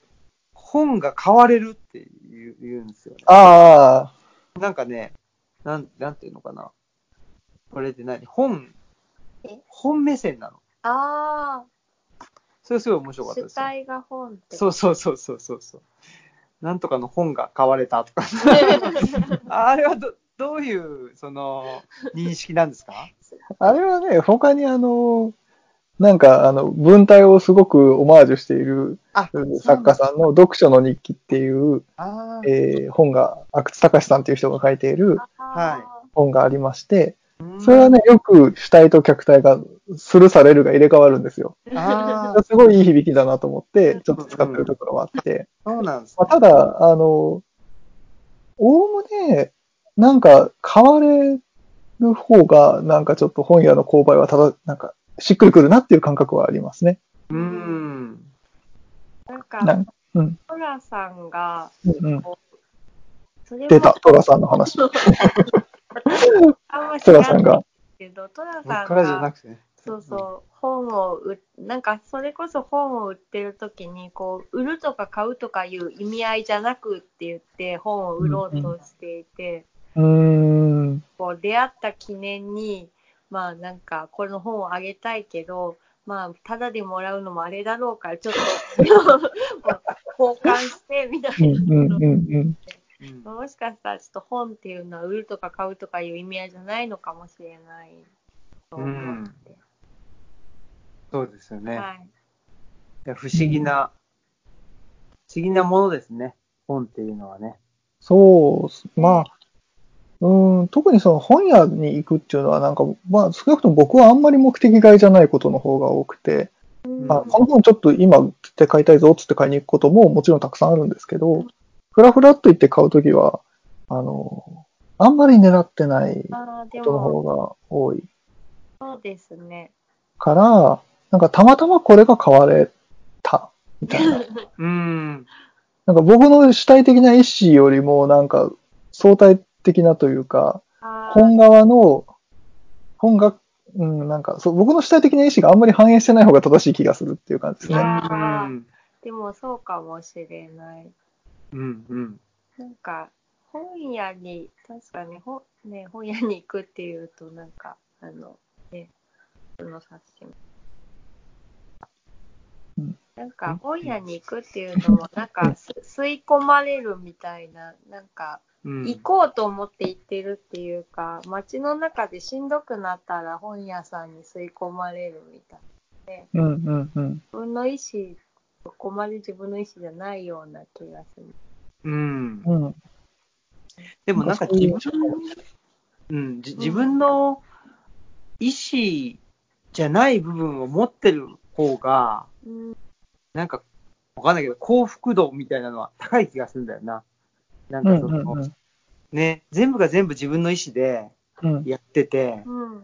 A: 本が買われるって言う言うんですよね。
C: ああ、
A: なんかね、なん、なんていうのかな。これって何本
B: え、
A: 本目線なの。
B: あ
A: それすごい面白か
B: あ、
A: ったで
B: 主
A: すよ。
B: 体が本って。
A: そうそうそうそうそうそう。なんとかの本が買われたとか。 あれはどどういうその認識なんですか
C: あれはね、他にあの、なんかあの文体をすごくオマージュしている
A: あ
C: 作家さんの読書の日記っていう、
A: あー
C: えー本が、阿久津隆さんっていう人が書いている
B: は
C: 本がありまして、
A: うん
C: それはね、よく主体と客体がスルされるが入れ替わるんですよ。
A: あー
C: すごいいい響きだなと思って、ちょっと使ってるところはあって。
A: そうなんです
C: まあ、ただ、あの、おおむね、なんか、買われる方が、なんかちょっと本屋の購買はただ、なんか、しっくりくるなっていう感覚はありますね。
A: うん。
B: なん
C: な
B: か
C: ん、うん、
B: トラさんが、
C: うんうん。
B: それ
C: 出た
B: は、
C: トラさんの話。
B: あんま知
C: ト
B: ら
C: ラさ
B: なんい
C: が。
B: けど、トラさん
A: 僕らじゃな
B: が、
A: くてね。
B: そうそう、本を売、なんか、それこそ本を売ってるときに、こう、売るとか買うとかいう意味合いじゃなくって言って、本を売ろうとしていて、
C: うーん。
B: こう出会った記念にまあなんかこの本をあげたいけどまあただでもらうのもあれだろうからちょっとまあ交換してみた
C: うん、
B: いな。
C: うん、うん、うん。
A: うん。うん
B: もしかしたらちょっと本っていうのは売るとか買うとかいう意味合いじゃないのかもしれないと思って、
A: そうですよね。
B: はい、
A: いや不思議な、不思議なものですね。本っていうのはね。
C: そうっす、まあ、うーん、特にその本屋に行くっていうのは、なんか、まあ、少なくとも僕はあんまり目的外じゃないことの方が多くて、
B: うん
C: あこの本ちょっと今売って買いたいぞっつって買いに行くことももちろんたくさんあるんですけど、ふらふらっと行って買うときは、あの、あんまり狙ってないこ
B: あーで
C: との
B: も
C: 方が多い
B: そうですね
C: から、なんかたまたまこれが買われた、みたいな。
A: うん。
C: なんか僕の主体的な意思よりも、なんか相対的なというか、
B: あー
C: 本側の、本が、うん、なんかそう、僕の主体的な意思があんまり反映してない方が正しい気がするっていう感じです
A: う
C: ね。
A: ん。
B: でもそうかもしれない
A: うん。うん。
B: なんか本屋に確かに本,、ね、本屋に行くっていうとなんかあのねその冊子も
C: うん
B: なんか本屋に行くっていうのもなんかす吸い込まれるみたいななんか
A: うん
B: 行こうと思って行ってるっていうか街の中でしんどくなったら本屋さんに吸い込まれるみたいな
C: うん、うん、うん。
B: 自分の意思そこまで自分の意思じゃないような気がする。
A: うん。
C: うん、
A: でもなんか自分、うん、じ自分の意思じゃない部分を持ってる方が、
B: うん
A: なんか、わかんないけど、幸福度みたいなのは高い気がするんだよな。なん
C: うん、
A: か
C: う
A: その、
C: ん、うん。
A: ね、全部が全部自分の意思で
C: うん
A: やってて、っ
B: うん。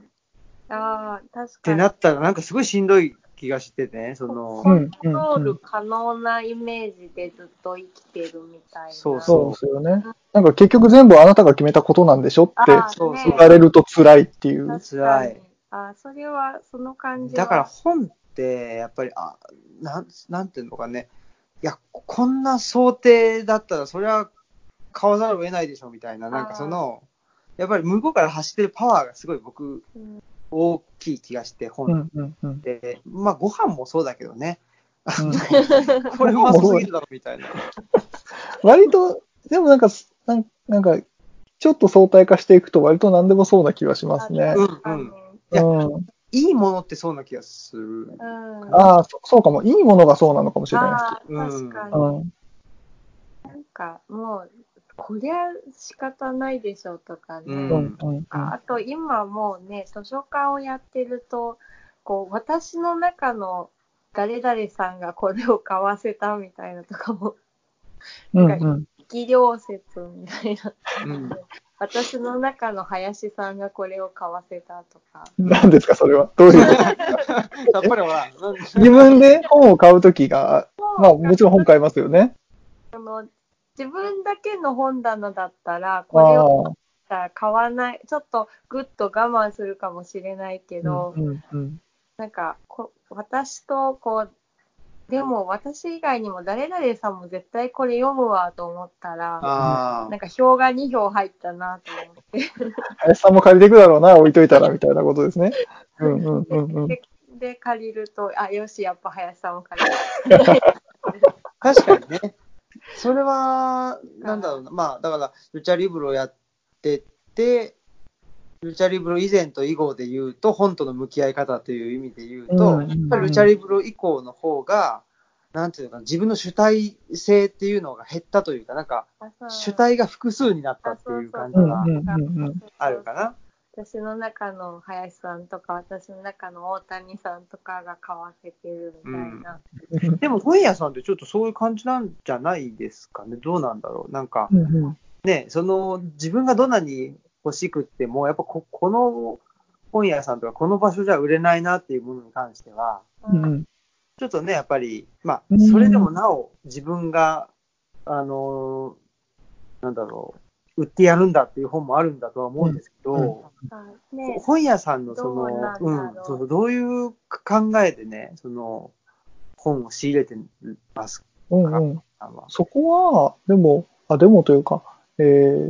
B: ああ、確か
A: て
B: に。
A: なったらなんかすごいしんどい気がしてね、その、
C: うん
B: コントロール可能なイメージでずっと生きてるみたいな。
A: そう
C: そうですよね。なんか結局全部あなたが決めたことなんでしょって
B: あー
A: そう
B: ね
A: そう
C: 言われると辛いっていう。
B: 確か
A: 辛
B: に
A: い。
B: あーそれは、その感じは
A: だから、本って、やっぱり、あなん、なんていうのかね、いや、こんな想定だったら、それは買わざるを得ないでしょみたいな、なんかその、やっぱり向こうから走ってるパワーがすごい僕、
B: うん
A: 大きい気がして、
C: う
A: 本っ
C: ん、うん、うん。
A: て、まあ、ご飯もそうだけどね、
C: うん
A: これはすぎるだろみたいな。
C: 割と、でもなんか、なんなんか、ちょっと相対化していくと割と何でもそうな気がしますね。
A: うん
B: あの
A: いや
C: うん。
A: いいものってそうな気がする。
B: うん。あ、
C: ああ、そそうかも。いいものがそうなのかもしれないです
B: あー、確か
C: けど。
B: に。
C: うん。
B: なんか、もう、こりゃ仕方ないでしょうとかね。
A: うん
C: うん。うん。
B: あと今もうね、図書館をやってると、こう、私の中の誰々さんがこれを買わせたみたいなとかも、
C: うん。うん。
B: 技量説みたいな。
A: うん。
B: 私の中の林さんがこれを買わせたとか。
C: 何ですか、それは。どうい う。
A: やっぱりほら、なんで
C: 自分で本を買うときが、まあ、もちろん本買いますよね。
B: その自分だけの本棚だったら、
C: あ
B: これを
C: あ。
B: 買わない、ちょっとぐっと我慢するかもしれないけど、
C: うん。うん。
B: なんかこ、私とこう、でも私以外にも誰々さんも絶対これ読むわと思ったら、
A: あ
B: なんか票が2票入ったなと思って、
C: 林さんも借りてくだろうな、置いといたら、みたいなことですね。うん。うん。うん。 うん。
B: でで借りると、あ、よし、やっぱ林さんも借りる。
A: あ、確かにね。それは、なんだろうな。まあ、だから、ルチャリブロやってて、ルチャリブロ以前と以後で言うと、本との向き合い方という意味で言うと、
C: うん
A: やっぱりルチャリブロ以降の方が、なんていうのかな、自分の主体性っていうのが減ったというか、なんか、
B: あそう
A: 主体が複数になったっていう感じ
C: うん。
A: が
C: うん。うん。
A: あるかな。
B: 私の中の林さんとか、私の中の大谷さんとかが買わせてるみたいな。
A: でも本屋さんってちょっとそういう感じなんじゃないですかね。どうなんだろう。なんか
C: うん。うん。
A: ね、その自分がどんなに欲しくっても、やっぱここの本屋さんとかこの場所じゃ売れないなっていうものに関しては、
C: うん。うん。
A: ちょっとね、やっぱり、ま
C: う
A: あ
C: ん、
A: それでもなお自分が、あのーなんだろう、売ってやるんだっていう本もあるんだとは思うんですけど、
C: うんう
B: はいね
A: 本屋さんのその、
B: どうなんだろ
A: う、
B: うん
A: そうそうどういう考えでね、その、本を仕入れてます
C: うん。うん。
A: かは。
C: そこは、でも、あ、でもというか、え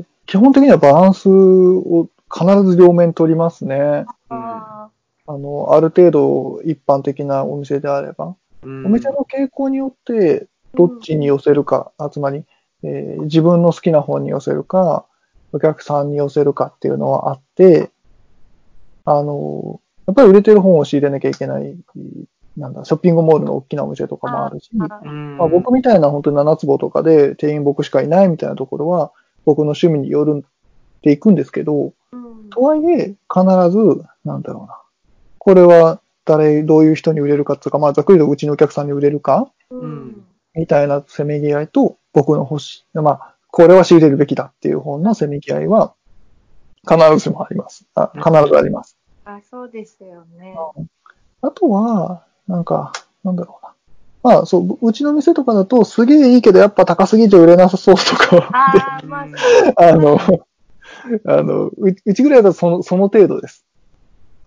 C: ー基本的にはバランスを必ず両面取りますね。
B: あ
C: あの、ある程度一般的なお店であれば。
A: うん
C: お店の傾向によって、どっちに寄せるか、あつまり、えー自分の好きな方に寄せるか、お客さんに寄せるかっていうのはあって、あの、やっぱり売れてる本を仕入れなきゃいけない、なんだ、ショッピングモールの大きなお店とかもあるし、
B: ーあー
A: うん
C: まあ、僕みたいな本当に7坪とかで店員僕しかいないみたいなところは僕の趣味によるっていくんですけど、
B: うん
C: とはいえ必ず、なんだろうな。これは誰、どういう人に売れるかっていうか、まあざっくりとうちのお客さんに売れるか
B: うん
C: みたいなせめぎ合いと僕の欲しい、まあこれは仕入れるべきだっていう本のせめぎ合いは必ずしもあります。あ必ずあります。
B: あ、そうですよね。
C: あとは、なんか、なんだろうな。まあそう、うちの店とかだとすげえいいけどやっぱ高すぎて売れなさそうとか。
B: ああ、まあ、
C: あの、あの、ううちぐらいだとその、その程度です。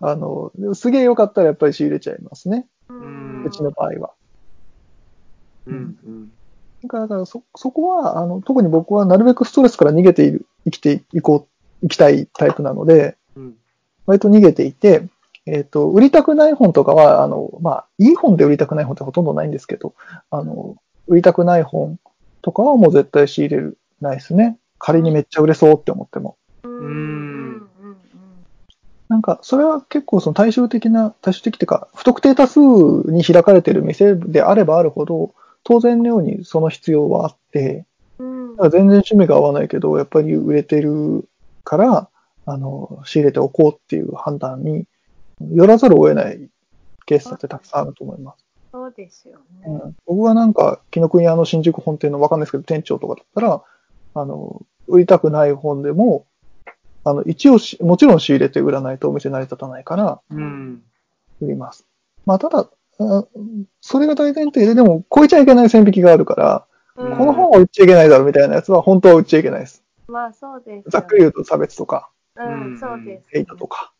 C: あの、すげえ良かったらやっぱり仕入れちゃいますね。
B: うん
C: うちの場合は。
A: うんうん
C: だから、だからそ、そこは、あの、特に僕はなるべくストレスから逃げている、生きていこう、生きたいタイプなので、
A: うん
C: 割と逃げていて、えっ、と、売りたくない本とかは、あの、まあ、いい本で売りたくない本ってほとんどないんですけど、あの、売りたくない本とかはもう絶対仕入れる、ないですね。仮にめっちゃ売れそうって思っても。
B: うん
A: う
B: うんん
C: なんか、それは結構その対照的な、対照的っていうか、不特定多数に開かれている店であればあるほど、当然のようにその必要はあって、
B: うんうん
C: だから全然趣味が合わないけど、やっぱり売れてるから、あの、仕入れておこうっていう判断によらざるを得ないケースだってたくさんあると思います。
B: そうですよ
C: う
B: ね。
C: ん、僕はなんか、紀ノ国屋の新宿本店のわかんないですけど、店長とかだったら、あの、売りたくない本でも、あの、一応し、もちろん仕入れて売らないとお店成り立たないから、
A: うん
C: 売ります。まあ、ただ、あそれが大前提で、でも、超えちゃいけない線引きがあるから、
B: うん
C: この本は売っちゃいけないだろうみたいなやつは、本当は売っちゃいけないです。
B: まあそうですよね。
C: ざっくり言うと差別とか、
B: うん、そうです。
C: ヘイトとか。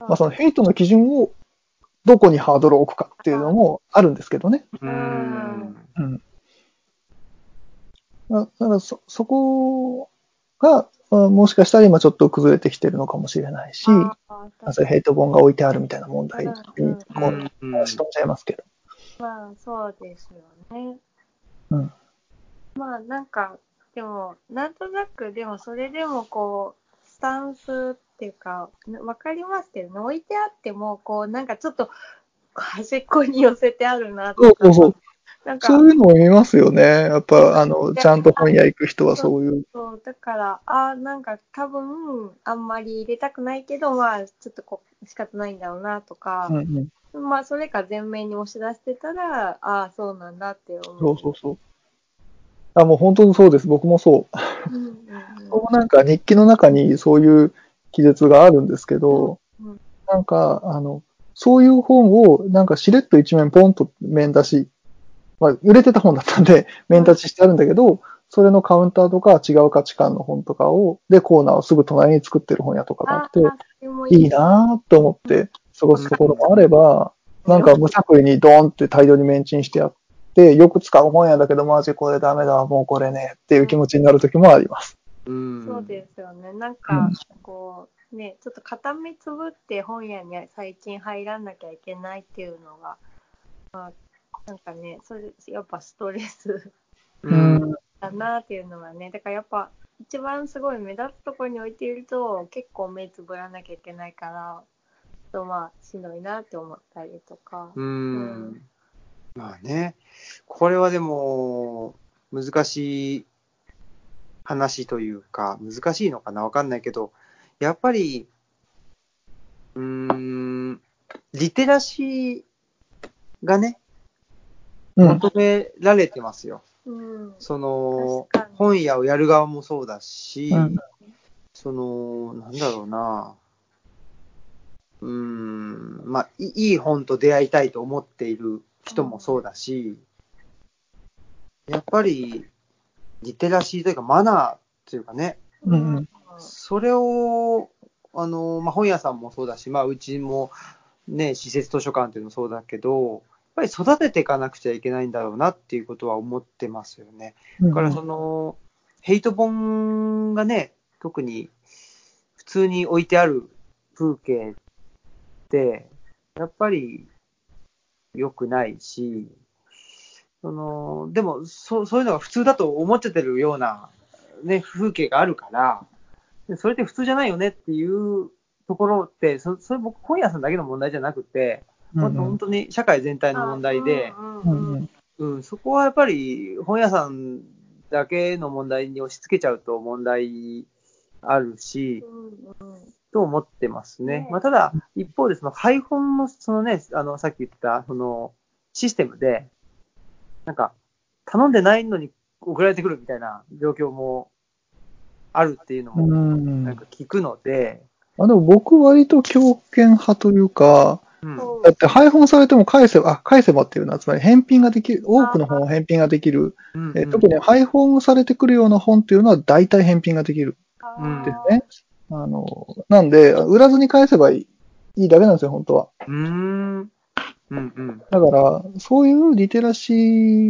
B: ま
C: まあ、そのヘイトの基準を、どこにハードルを置くかっていうのもあるんですけどね。
A: うん
C: まあただそ、そこが、あもしかしたら今ちょっと崩れてきてるのかもしれないし、まあそれヘイト本が置いてあるみたいな問題に、こ
B: うんうん
C: う、話飛んじゃいますけど。
B: まあそうですよね。
C: うん
B: まあなんか、でも、なんとなく、でもそれでもこう、スタンスっていうか、わかりますけど、置いてあっても、こう、なんかちょっと端っこに寄せてあるなと
C: そうそ
B: か、
C: うそう。
B: なんか、
C: そういうのを見ますよね。やっぱ、あの、ちゃんと本屋行く人はそういう。
B: そう、だから、あなんか多分、あんまり入れたくないけど、まあ、ちょっとこう、仕方ないんだろうなとか、
C: うんうん。
B: まあ、それか全面に押し出してたら、ああ、そうなんだって思う。
C: そうそうそう。あ、もう本当にそうです。僕もそう。
B: うんうん
C: 僕もなんか日記の中にそういう記述があるんですけど
B: うんうん、
C: なんか、あの、そういう本を、なんかしれっと一面ポンと面出し、まあ、売れてた本だったんで、面立ちしてあるんだけど、それのカウンターとか違う価値観の本とかを、で、コーナーをすぐ隣に作ってる本屋とかがあ
B: あ
C: っ
B: ー
C: て、
B: それもいい
C: いいなぁと思って過ごすところもあれば、なんか無作為にドーンって大量にメンチンしてやって、よく使う本やだけど、マジこれダメだ、もうこれね、っていう気持ちになる時もあります。
A: うん。
B: そうですよね。なん
C: う
B: か
C: ん、
B: こう、ね、ちょっと片目つぶって本屋に最近入らなきゃいけないっていうのが、まあ、なんかね、それ、やっぱストレス
A: うん。
B: だなっていうのはね、だからやっぱ、一番すごい目立つところに置いていると、結構目つぶらなきゃいけないから、ちょっとまあ、しんどいなって思ったりとか。
A: うん。まあね、これはでも、難しい話というか、難しいのかなわかんないけど、やっぱり、うーん、リテラシーがね、
C: うん。
A: 求められてますよ。
B: うん。
A: その
B: 確か、に
A: 本屋をやる側もそうだし、
C: うん
A: その、なんだろうな、うーん、まあ、いいい本と出会いたいと思っている人もそうだし、やっぱり、リテラシーというか、マナーというかね、
C: うんうん
A: それを、あの、まあ、本屋さんもそうだし、まあ、うちも、ね、施設図書館っていうのもそうだけど、やっぱり育てていかなくちゃいけないんだろうなっていうことは思ってますよね。だからその、ヘイト本がね、特に普通に置いてある風景って、やっぱり良くないし、その、でもそう、そういうのが普通だと思っちゃってるような、ね、風景があるから、でそれって普通じゃないよねっていうところって、そそれ僕、本屋さんだけの問題じゃなくて、
C: うん
A: も
C: う
A: っ
C: ん
A: と本当に社会全体の問題で、
B: うん
C: う
B: うんん
C: う
B: うん
C: ん
A: うん、そこはやっぱり本屋さんだけの問題に押し付けちゃうと問題あるし、
B: うんうん
A: と思ってますね
B: ね。
A: まあ、ただ、一方で、その配本の、そのね、あの、さっき言った、その、システムで、なんか、頼んでないのに送られてくるみたいな状況もあるっていうの
C: う
A: も、
C: ん
A: なんか聞くので、
C: まあでも僕割と強権派というか、
A: うん
B: そう
C: だって配本されても返せば、あ、返せばっていうのは、つまり返品ができる、多くの本は返品ができる。
A: うん
C: え特に配本されてくるような本っていうのは大体返品ができる。
B: あ
A: うん
B: ー
C: ですね。あの、なんで、売らずに返せばいいいいだけなんですよ、本当は。
A: うん、うーん。うんうん。
C: だから、そういうリテラシ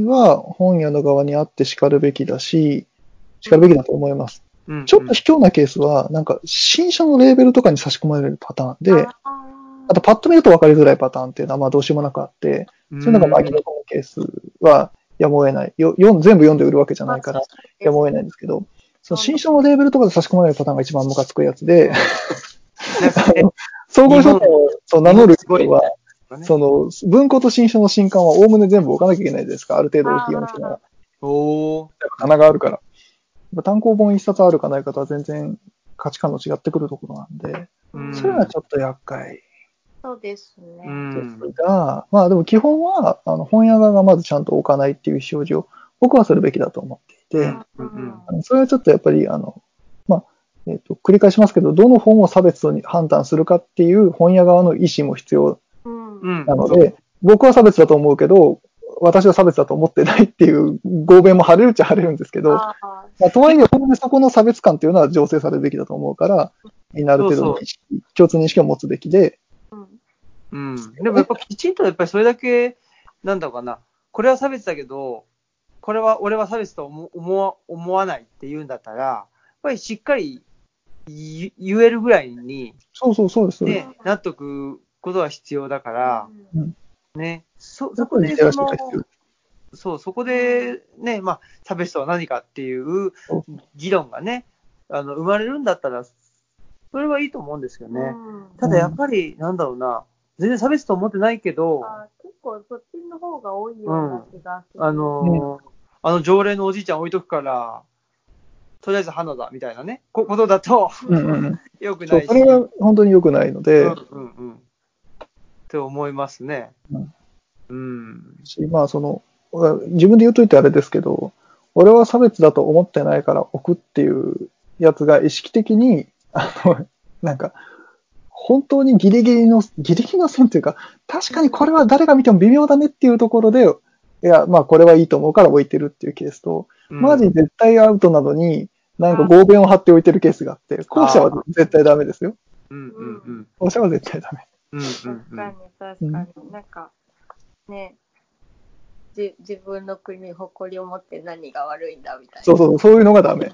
C: ーは本屋の側にあって叱るべきだし、叱るべきだと思いま
A: うんう
C: す。
A: ん
C: ちょっと卑怯なケースは、なんか、新書のレーベルとかに差し込まれるパターンで、
B: あ
C: あとパッと見ると分かりづらいパターンっていうのは、まあどうしようもなくあって、そういうのが、まあ、記録のケースはやむを得ない。よよ全部読んで売るわけじゃないから、やむを得ないんですけど、その新書のレーベルとかで差し込まれるパターンが一番ムカつくやつで、
A: なんかね
C: 総合書店をそう名乗る人
A: 日本
C: は、
A: ね
C: その、文庫と新書の新刊はおおむね全部置かなきゃいけないじゃないですか。ある程度大きいお店なら。
A: おー。
C: 棚があるから。まあ単行本一冊あるかないかとは全然価値観の違ってくるところなんで、
A: うん
C: そういうのはちょっと厄介
B: そうです
A: う
B: ね。
A: ん
C: ですが、まあでも基本は、あの、本屋側がまずちゃんと置かないっていう表示を僕はするべきだと思っていて、
A: うんうん
C: あのそれはちょっとやっぱり、あの、まあ、えっ、と、繰り返しますけど、どの本を差別と判断するかっていう本屋側の意思も必要
B: うん
A: うん
C: なので、僕は差別だと思うけど、私は差別だと思ってないっていう 合弁も晴れるっちゃ晴れるんですけど、
B: ああ
C: まあ、とはいえ、本当にそこの差別感というのは醸成されるべきだと思うから、みんなある程度の意識共通認識を持つべきで、
B: う
A: う
B: ん
A: ん、でもやっぱきちんとやっぱりそれだけ、なんだろうかな、これは差別だけど、これは俺は差別と思思わ思わないっていうんだったら、やっぱりしっかり言言えるぐらいに、
C: そうそうそうです。
A: ね、納得ことは必要だから、ね、そそこ
C: に
A: で
C: リテ
A: そ
C: ラシー
A: の
C: が必要。
A: そう、そこでね、まあ、差別とは何かっていう
C: そう
A: 議論がね、あの生まれるんだったら、それはいいと思うんですよね。
B: うん
A: ただやっぱり、なんだろうな、全然差別と思ってないけど、
B: あ結構そっちの方が多いような気がする。
A: あのーあの常連のおじいちゃん置いとくから、とりあえず花だ、みたいなね、こことだと、
C: うんうんうん。
A: よく
C: そ
A: な
C: う、
A: いし。
C: それは本当に良くないので、
A: うんうんうん。って思いますね。うん。
C: しまあその、自分で言うといてあれですけど、俺は差別だと思ってないから置くっていうやつが意識的に、あの、なんか、本当にギリギリの、ギリギリの線というか、確かにこれは誰が見ても微妙だねっていうところで、いや、まあこれはいいと思うから置いてるっていうケースと、
A: うん
C: マジ絶対アウトなどに、なんか合弁を張って置いてるケースがあって、後者は絶対ダメですよ。
A: うんうんうん。
C: 後者は絶対ダメ。
A: うんう
B: 確かに
A: ん
B: 確かに、なんかねじ自分の国に誇りを持って何が悪いんだみたいな
C: そうそう、そういうのがダメ。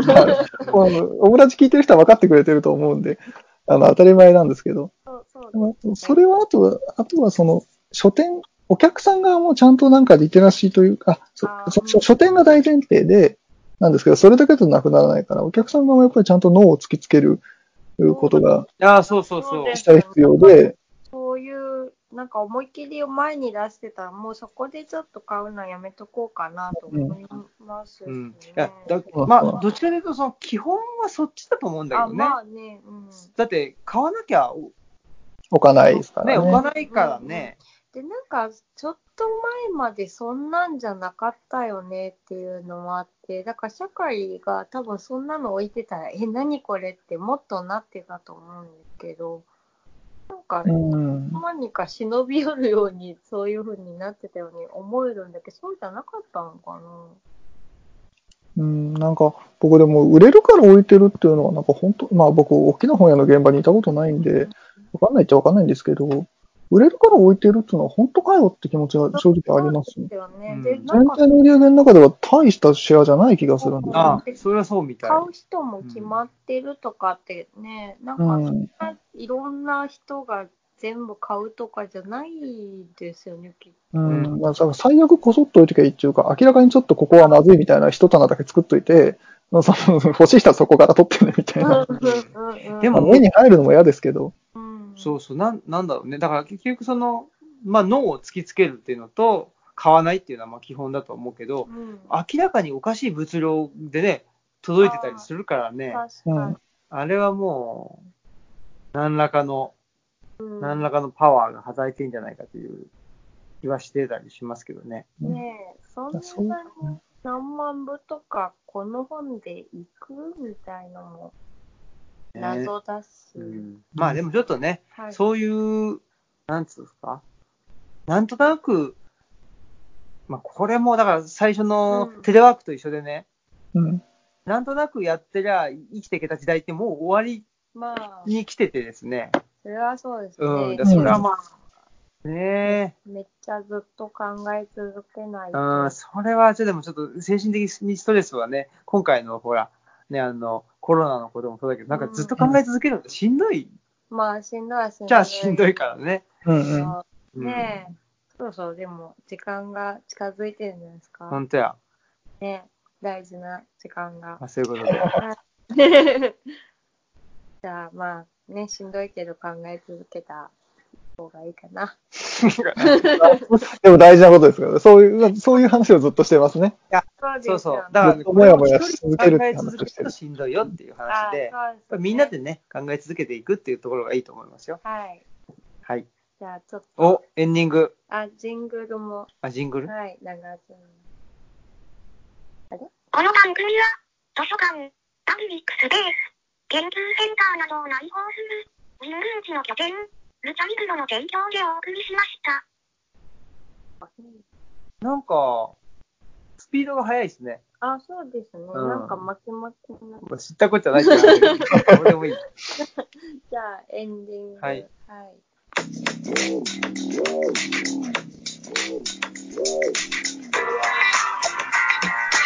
C: まあオムラジ聞いてる人は分かってくれてると思うんで、あの、当たり前なんですけど。
B: そうそう
C: でもそれはあとは、あとはその、書店、お客さん側もちゃんとなんかリテラシーというか、あそ
B: あー
C: そ書書店が大前提で、なんですけど、それだけだとなくならないから、お客さん側もやっぱりちゃんと脳を突きつけることが、
A: うん。ああ、そうそう
B: そ
A: そうう。
B: です
C: したら必要で、
B: そういうなんか思い切りを前に出してたらもうそこでちょっと買うのやめとこうかなと思いますしね、
A: うん。いや、だ
C: うん
A: まあ、どっちかというと、その、基本はそっちだと思うんだけ
B: あ
A: どね。
B: まあね、うん、
A: だって、買わなきゃ、お
C: 置かないですから
A: ね、置か
C: ね。
A: ないからね。
B: でなんかちょっと前までそんなんじゃなかったよねっていうのもあってだから社会が多分そんなの置いてたらえ何これってもっとなってたと思うんですけどなんか
C: うん。
B: 何か忍び寄るようにそういう風になってたように思えるんだけどそうじゃなかったのか
C: うん、なんか、僕でも売れるから置いてるっていうのは、なんか本当、まあ僕、大きな本屋の現場にいたことないんで、わかんないっちゃわかんないんですけど、売れるから置いてるっていうのは本当かよって気持ちが
B: な
C: 正直あります
B: そうで
C: ね。
B: すよね、
A: うん
B: で
A: 全
B: なん
C: 全
B: か
C: 体の売り上げの中では大したシェアじゃない気がするんです
A: あ
C: よ。
A: あ、それはそうみたい
B: 買。う人も決まってるとかってね、なん
C: う
B: か
C: ん。
B: いろんな人が全部買うとかじゃないですよね、きっ
C: うん。だから最悪こそっと置いときゃいいっていうか、明らかにちょっとここはまずいみたいな一棚だけ作っといて、その欲しい人はそこから取ってねみたい
B: と。
C: な。
A: で
C: まあ
A: も
C: 目に入るのも嫌ですけど。
B: うん
A: そうそう、なんなんだろうね。だから結局その、まあ、脳を突きつけるっていうのと、買わないっていうのはまあ基本だと思うけど、
B: うん
A: 明らかにおかしい物量でね、届いてたりするからね、あ
B: 確かに。
A: れはもう、何らかの、
B: うん
A: 何らかのパワーが働いてんじゃないかという気はしてたりしますけどね。
B: ねえ、そんなに何万部とか、この本でいくみたいのも
A: ね
B: 謎だし。
A: うん、まあでもちょっとね、
B: はい
A: そういう、なんつうんですか、なんとなく、まあこれもだから最初の
B: うん
A: テレワークと一緒でね、
C: うん。
A: なんとなくやってりゃ生きていけた時代ってもう終わ
B: まあ
A: り、に来ててですね。
B: それはそうですね。
A: うん。だ
C: から
A: それはまあ、ね
B: めっちゃずっと考え続けない
A: え。
B: と。
A: うん、それはちょっとでもちょっと精神的にストレスはね、今回のほら、ね、あの、コロナのこともそうだけど、なんかずっと考え続けるのってしんどい、
B: まあ、しんどいはしんどい。
A: じゃあしんどいからね。
C: うんうん。
A: うん、
B: ねえ、そうそう、でも、時間が近づいてるんじゃないですか。
A: 本当や。
B: ね大事な時間が
A: ま。あ、そういうことで。
B: じゃあ、まあ、ね、しんどいけど考え続けた方がいいかな。
C: でも大事なことですからね。そういう、そういう話をずっとしてますね。
B: そうです
A: そ
B: よ
A: うそ
B: ね。
A: う。だから、
C: ずっ
A: ね、
C: ともやもやし続けるっ
A: こ
C: て
A: れを一人で考
C: 話
A: え続けるとしんどいよっていう話
B: あ
A: で、やっ
B: そう
A: ぱ
B: すね
A: みんなでね、考え続けていくっていうところがいいと思いますよ。
B: はい。
A: はい。
B: じゃあ、ちょっと、
A: お、エンディング。
B: あ、ジングルも、
A: あ、ジングル
B: はい、流す。
D: この番組は、図書館、パブリックスペース、研究センターなどを内包する、神宮寺の拠点、ルチャリブロの提供でお送りしました。
A: なんか、スピードが速いですね。
B: あ、そうですね。
A: うん
B: なんか巻き巻きにな
A: まあ知ったことはないけど、これでもいい。
B: じゃあ、エンディング。
A: はい。
B: はい。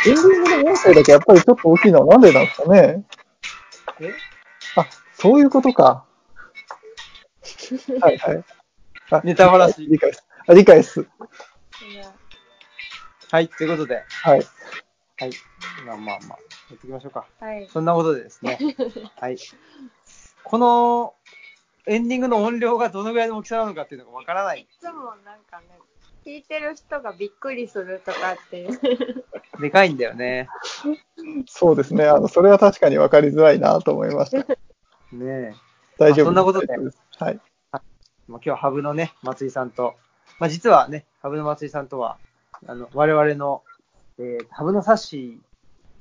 C: エンディングの音声だけやっぱりちょっと大きいのはなんでなんですかね
A: え
C: あ、そういうことか。はいはい。あ
A: ネタバラシ
C: 理解です。あ理解です。
B: じゃあ
A: はい、ということで、
C: はい。
A: はい。まあまあまあ、やっていきましょうか。
B: はい。
A: そんなことでですね。はい。このエンディングの音量がどのぐらいの大きさなのかっていうのがわからない
B: い。つもなんかね、聞いてる人がびっくりするとかって、
A: でかいんだよね。
C: そうですね。あの、それは確かに分かりづらいなと思いました。
A: ねえ。
C: 大丈夫です。
A: そんなことで
C: はい。
A: まあ、今日はハブのね、松井さんと、まあ、実はね、ハブの松井さんとは、あの、我々の、えー、ハブのサッシ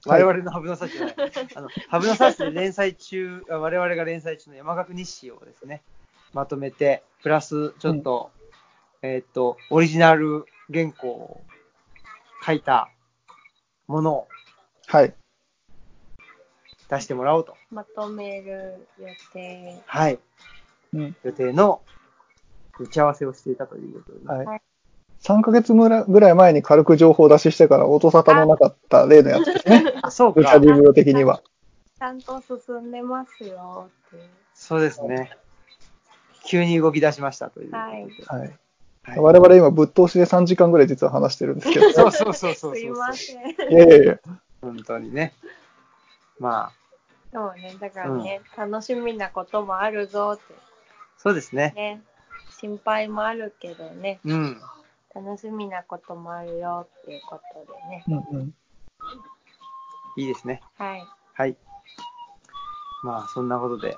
A: ー、
C: は
A: 我
C: い
A: 々のハブのサッシーじゃない、あの、ハブのサッシーで連載中、あ我々が連載中の山岳日誌をですね、まとめて、プラス、ちょっと、えーっと、オリジナル原稿を書いたものを
C: はい。
A: 出してもらおうと、
B: まとめる予定。
A: はい、
C: うん。
A: 予定の打ち合わせをしていたということで、
C: はい。3ヶ月ぐらいぐらい前に軽く情報出ししてから音沙汰のなかった例のやつですね。
A: あそう
C: ブチャ
A: か
C: リ、ブロ的には。
B: ちゃんと進んでますよっていう。
A: そうですね。急に動き出しましたという。
B: はい。
C: はい。
A: はい
C: 我々今ぶっ通しで3時間ぐらい実は話してるんですけど。い
A: そうそうそうそうそう
B: すいません。
C: やいやいや。
A: 本当にね。まあ、
B: そうね、だからね、楽しみなこともあるぞっ
A: そうです
B: て
A: ね。
B: ね、心配もあるけどね、
A: うん。
B: 楽しみなこともあるよっていうことでね、
C: うんうん。
A: いいですね。
B: はい。
A: はい。まあ、そんなことで。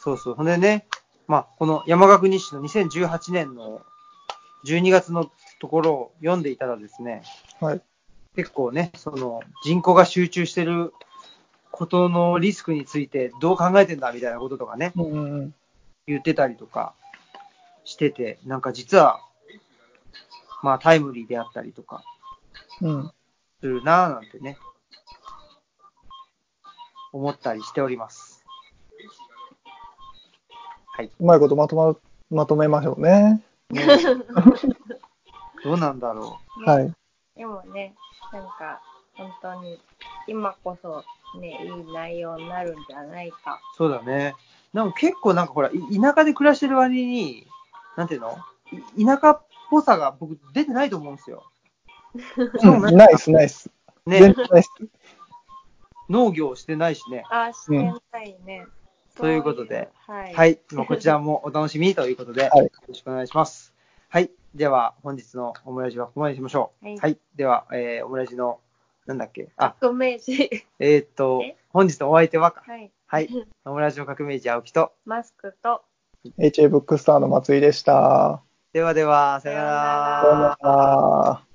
A: そうそう。ほんでね、まあ、この山岳日誌の2018年の12月のところを読んでいたらですね、
C: はい。
A: 結構ね、その人口が集中してることのリスクについてどう考えてんだみたいなこととかね、
C: うんうんうん。
A: 言ってたりとかしてて、なんか実は、まあタイムリーであったりとか
C: うん。
A: するなぁなんてね、思ったりしております。はい。
C: うまいことまとまる、まとめましょうね。
A: ねどうなんだろ
B: ね
C: はい。
B: でもね、なんか、本当に、今こそ、ね、いい内容になるんじゃないか
A: う。。そうだね。なんか結構なんかほら、い田舎で暮らしてる割に、なんていうのい田舎っぽさが僕出てないと思うんですよ。
C: うんナイスナイス。全
A: ね、
C: 然ナイス。
A: 農業してないしね。
B: あ、してないね。
A: ということで、
B: はい。
A: はい。まあこちらもお楽しみにということで、
C: はい
A: よろしくお願いします。はい。では、本日のオムラジはここまでにしましょう。
B: はい
A: では、えー、オムラジの、なんだっけ、あ、
B: 革命児。
A: えー、っと
B: え、
A: 本日のお相手はか。
B: はい。
A: はい。オムラジの革命児青木と。
B: マスクと、
C: HA ブックスターの松井でした。
A: ではでは、さよな
B: さような
A: ら
B: ら
C: さようなら。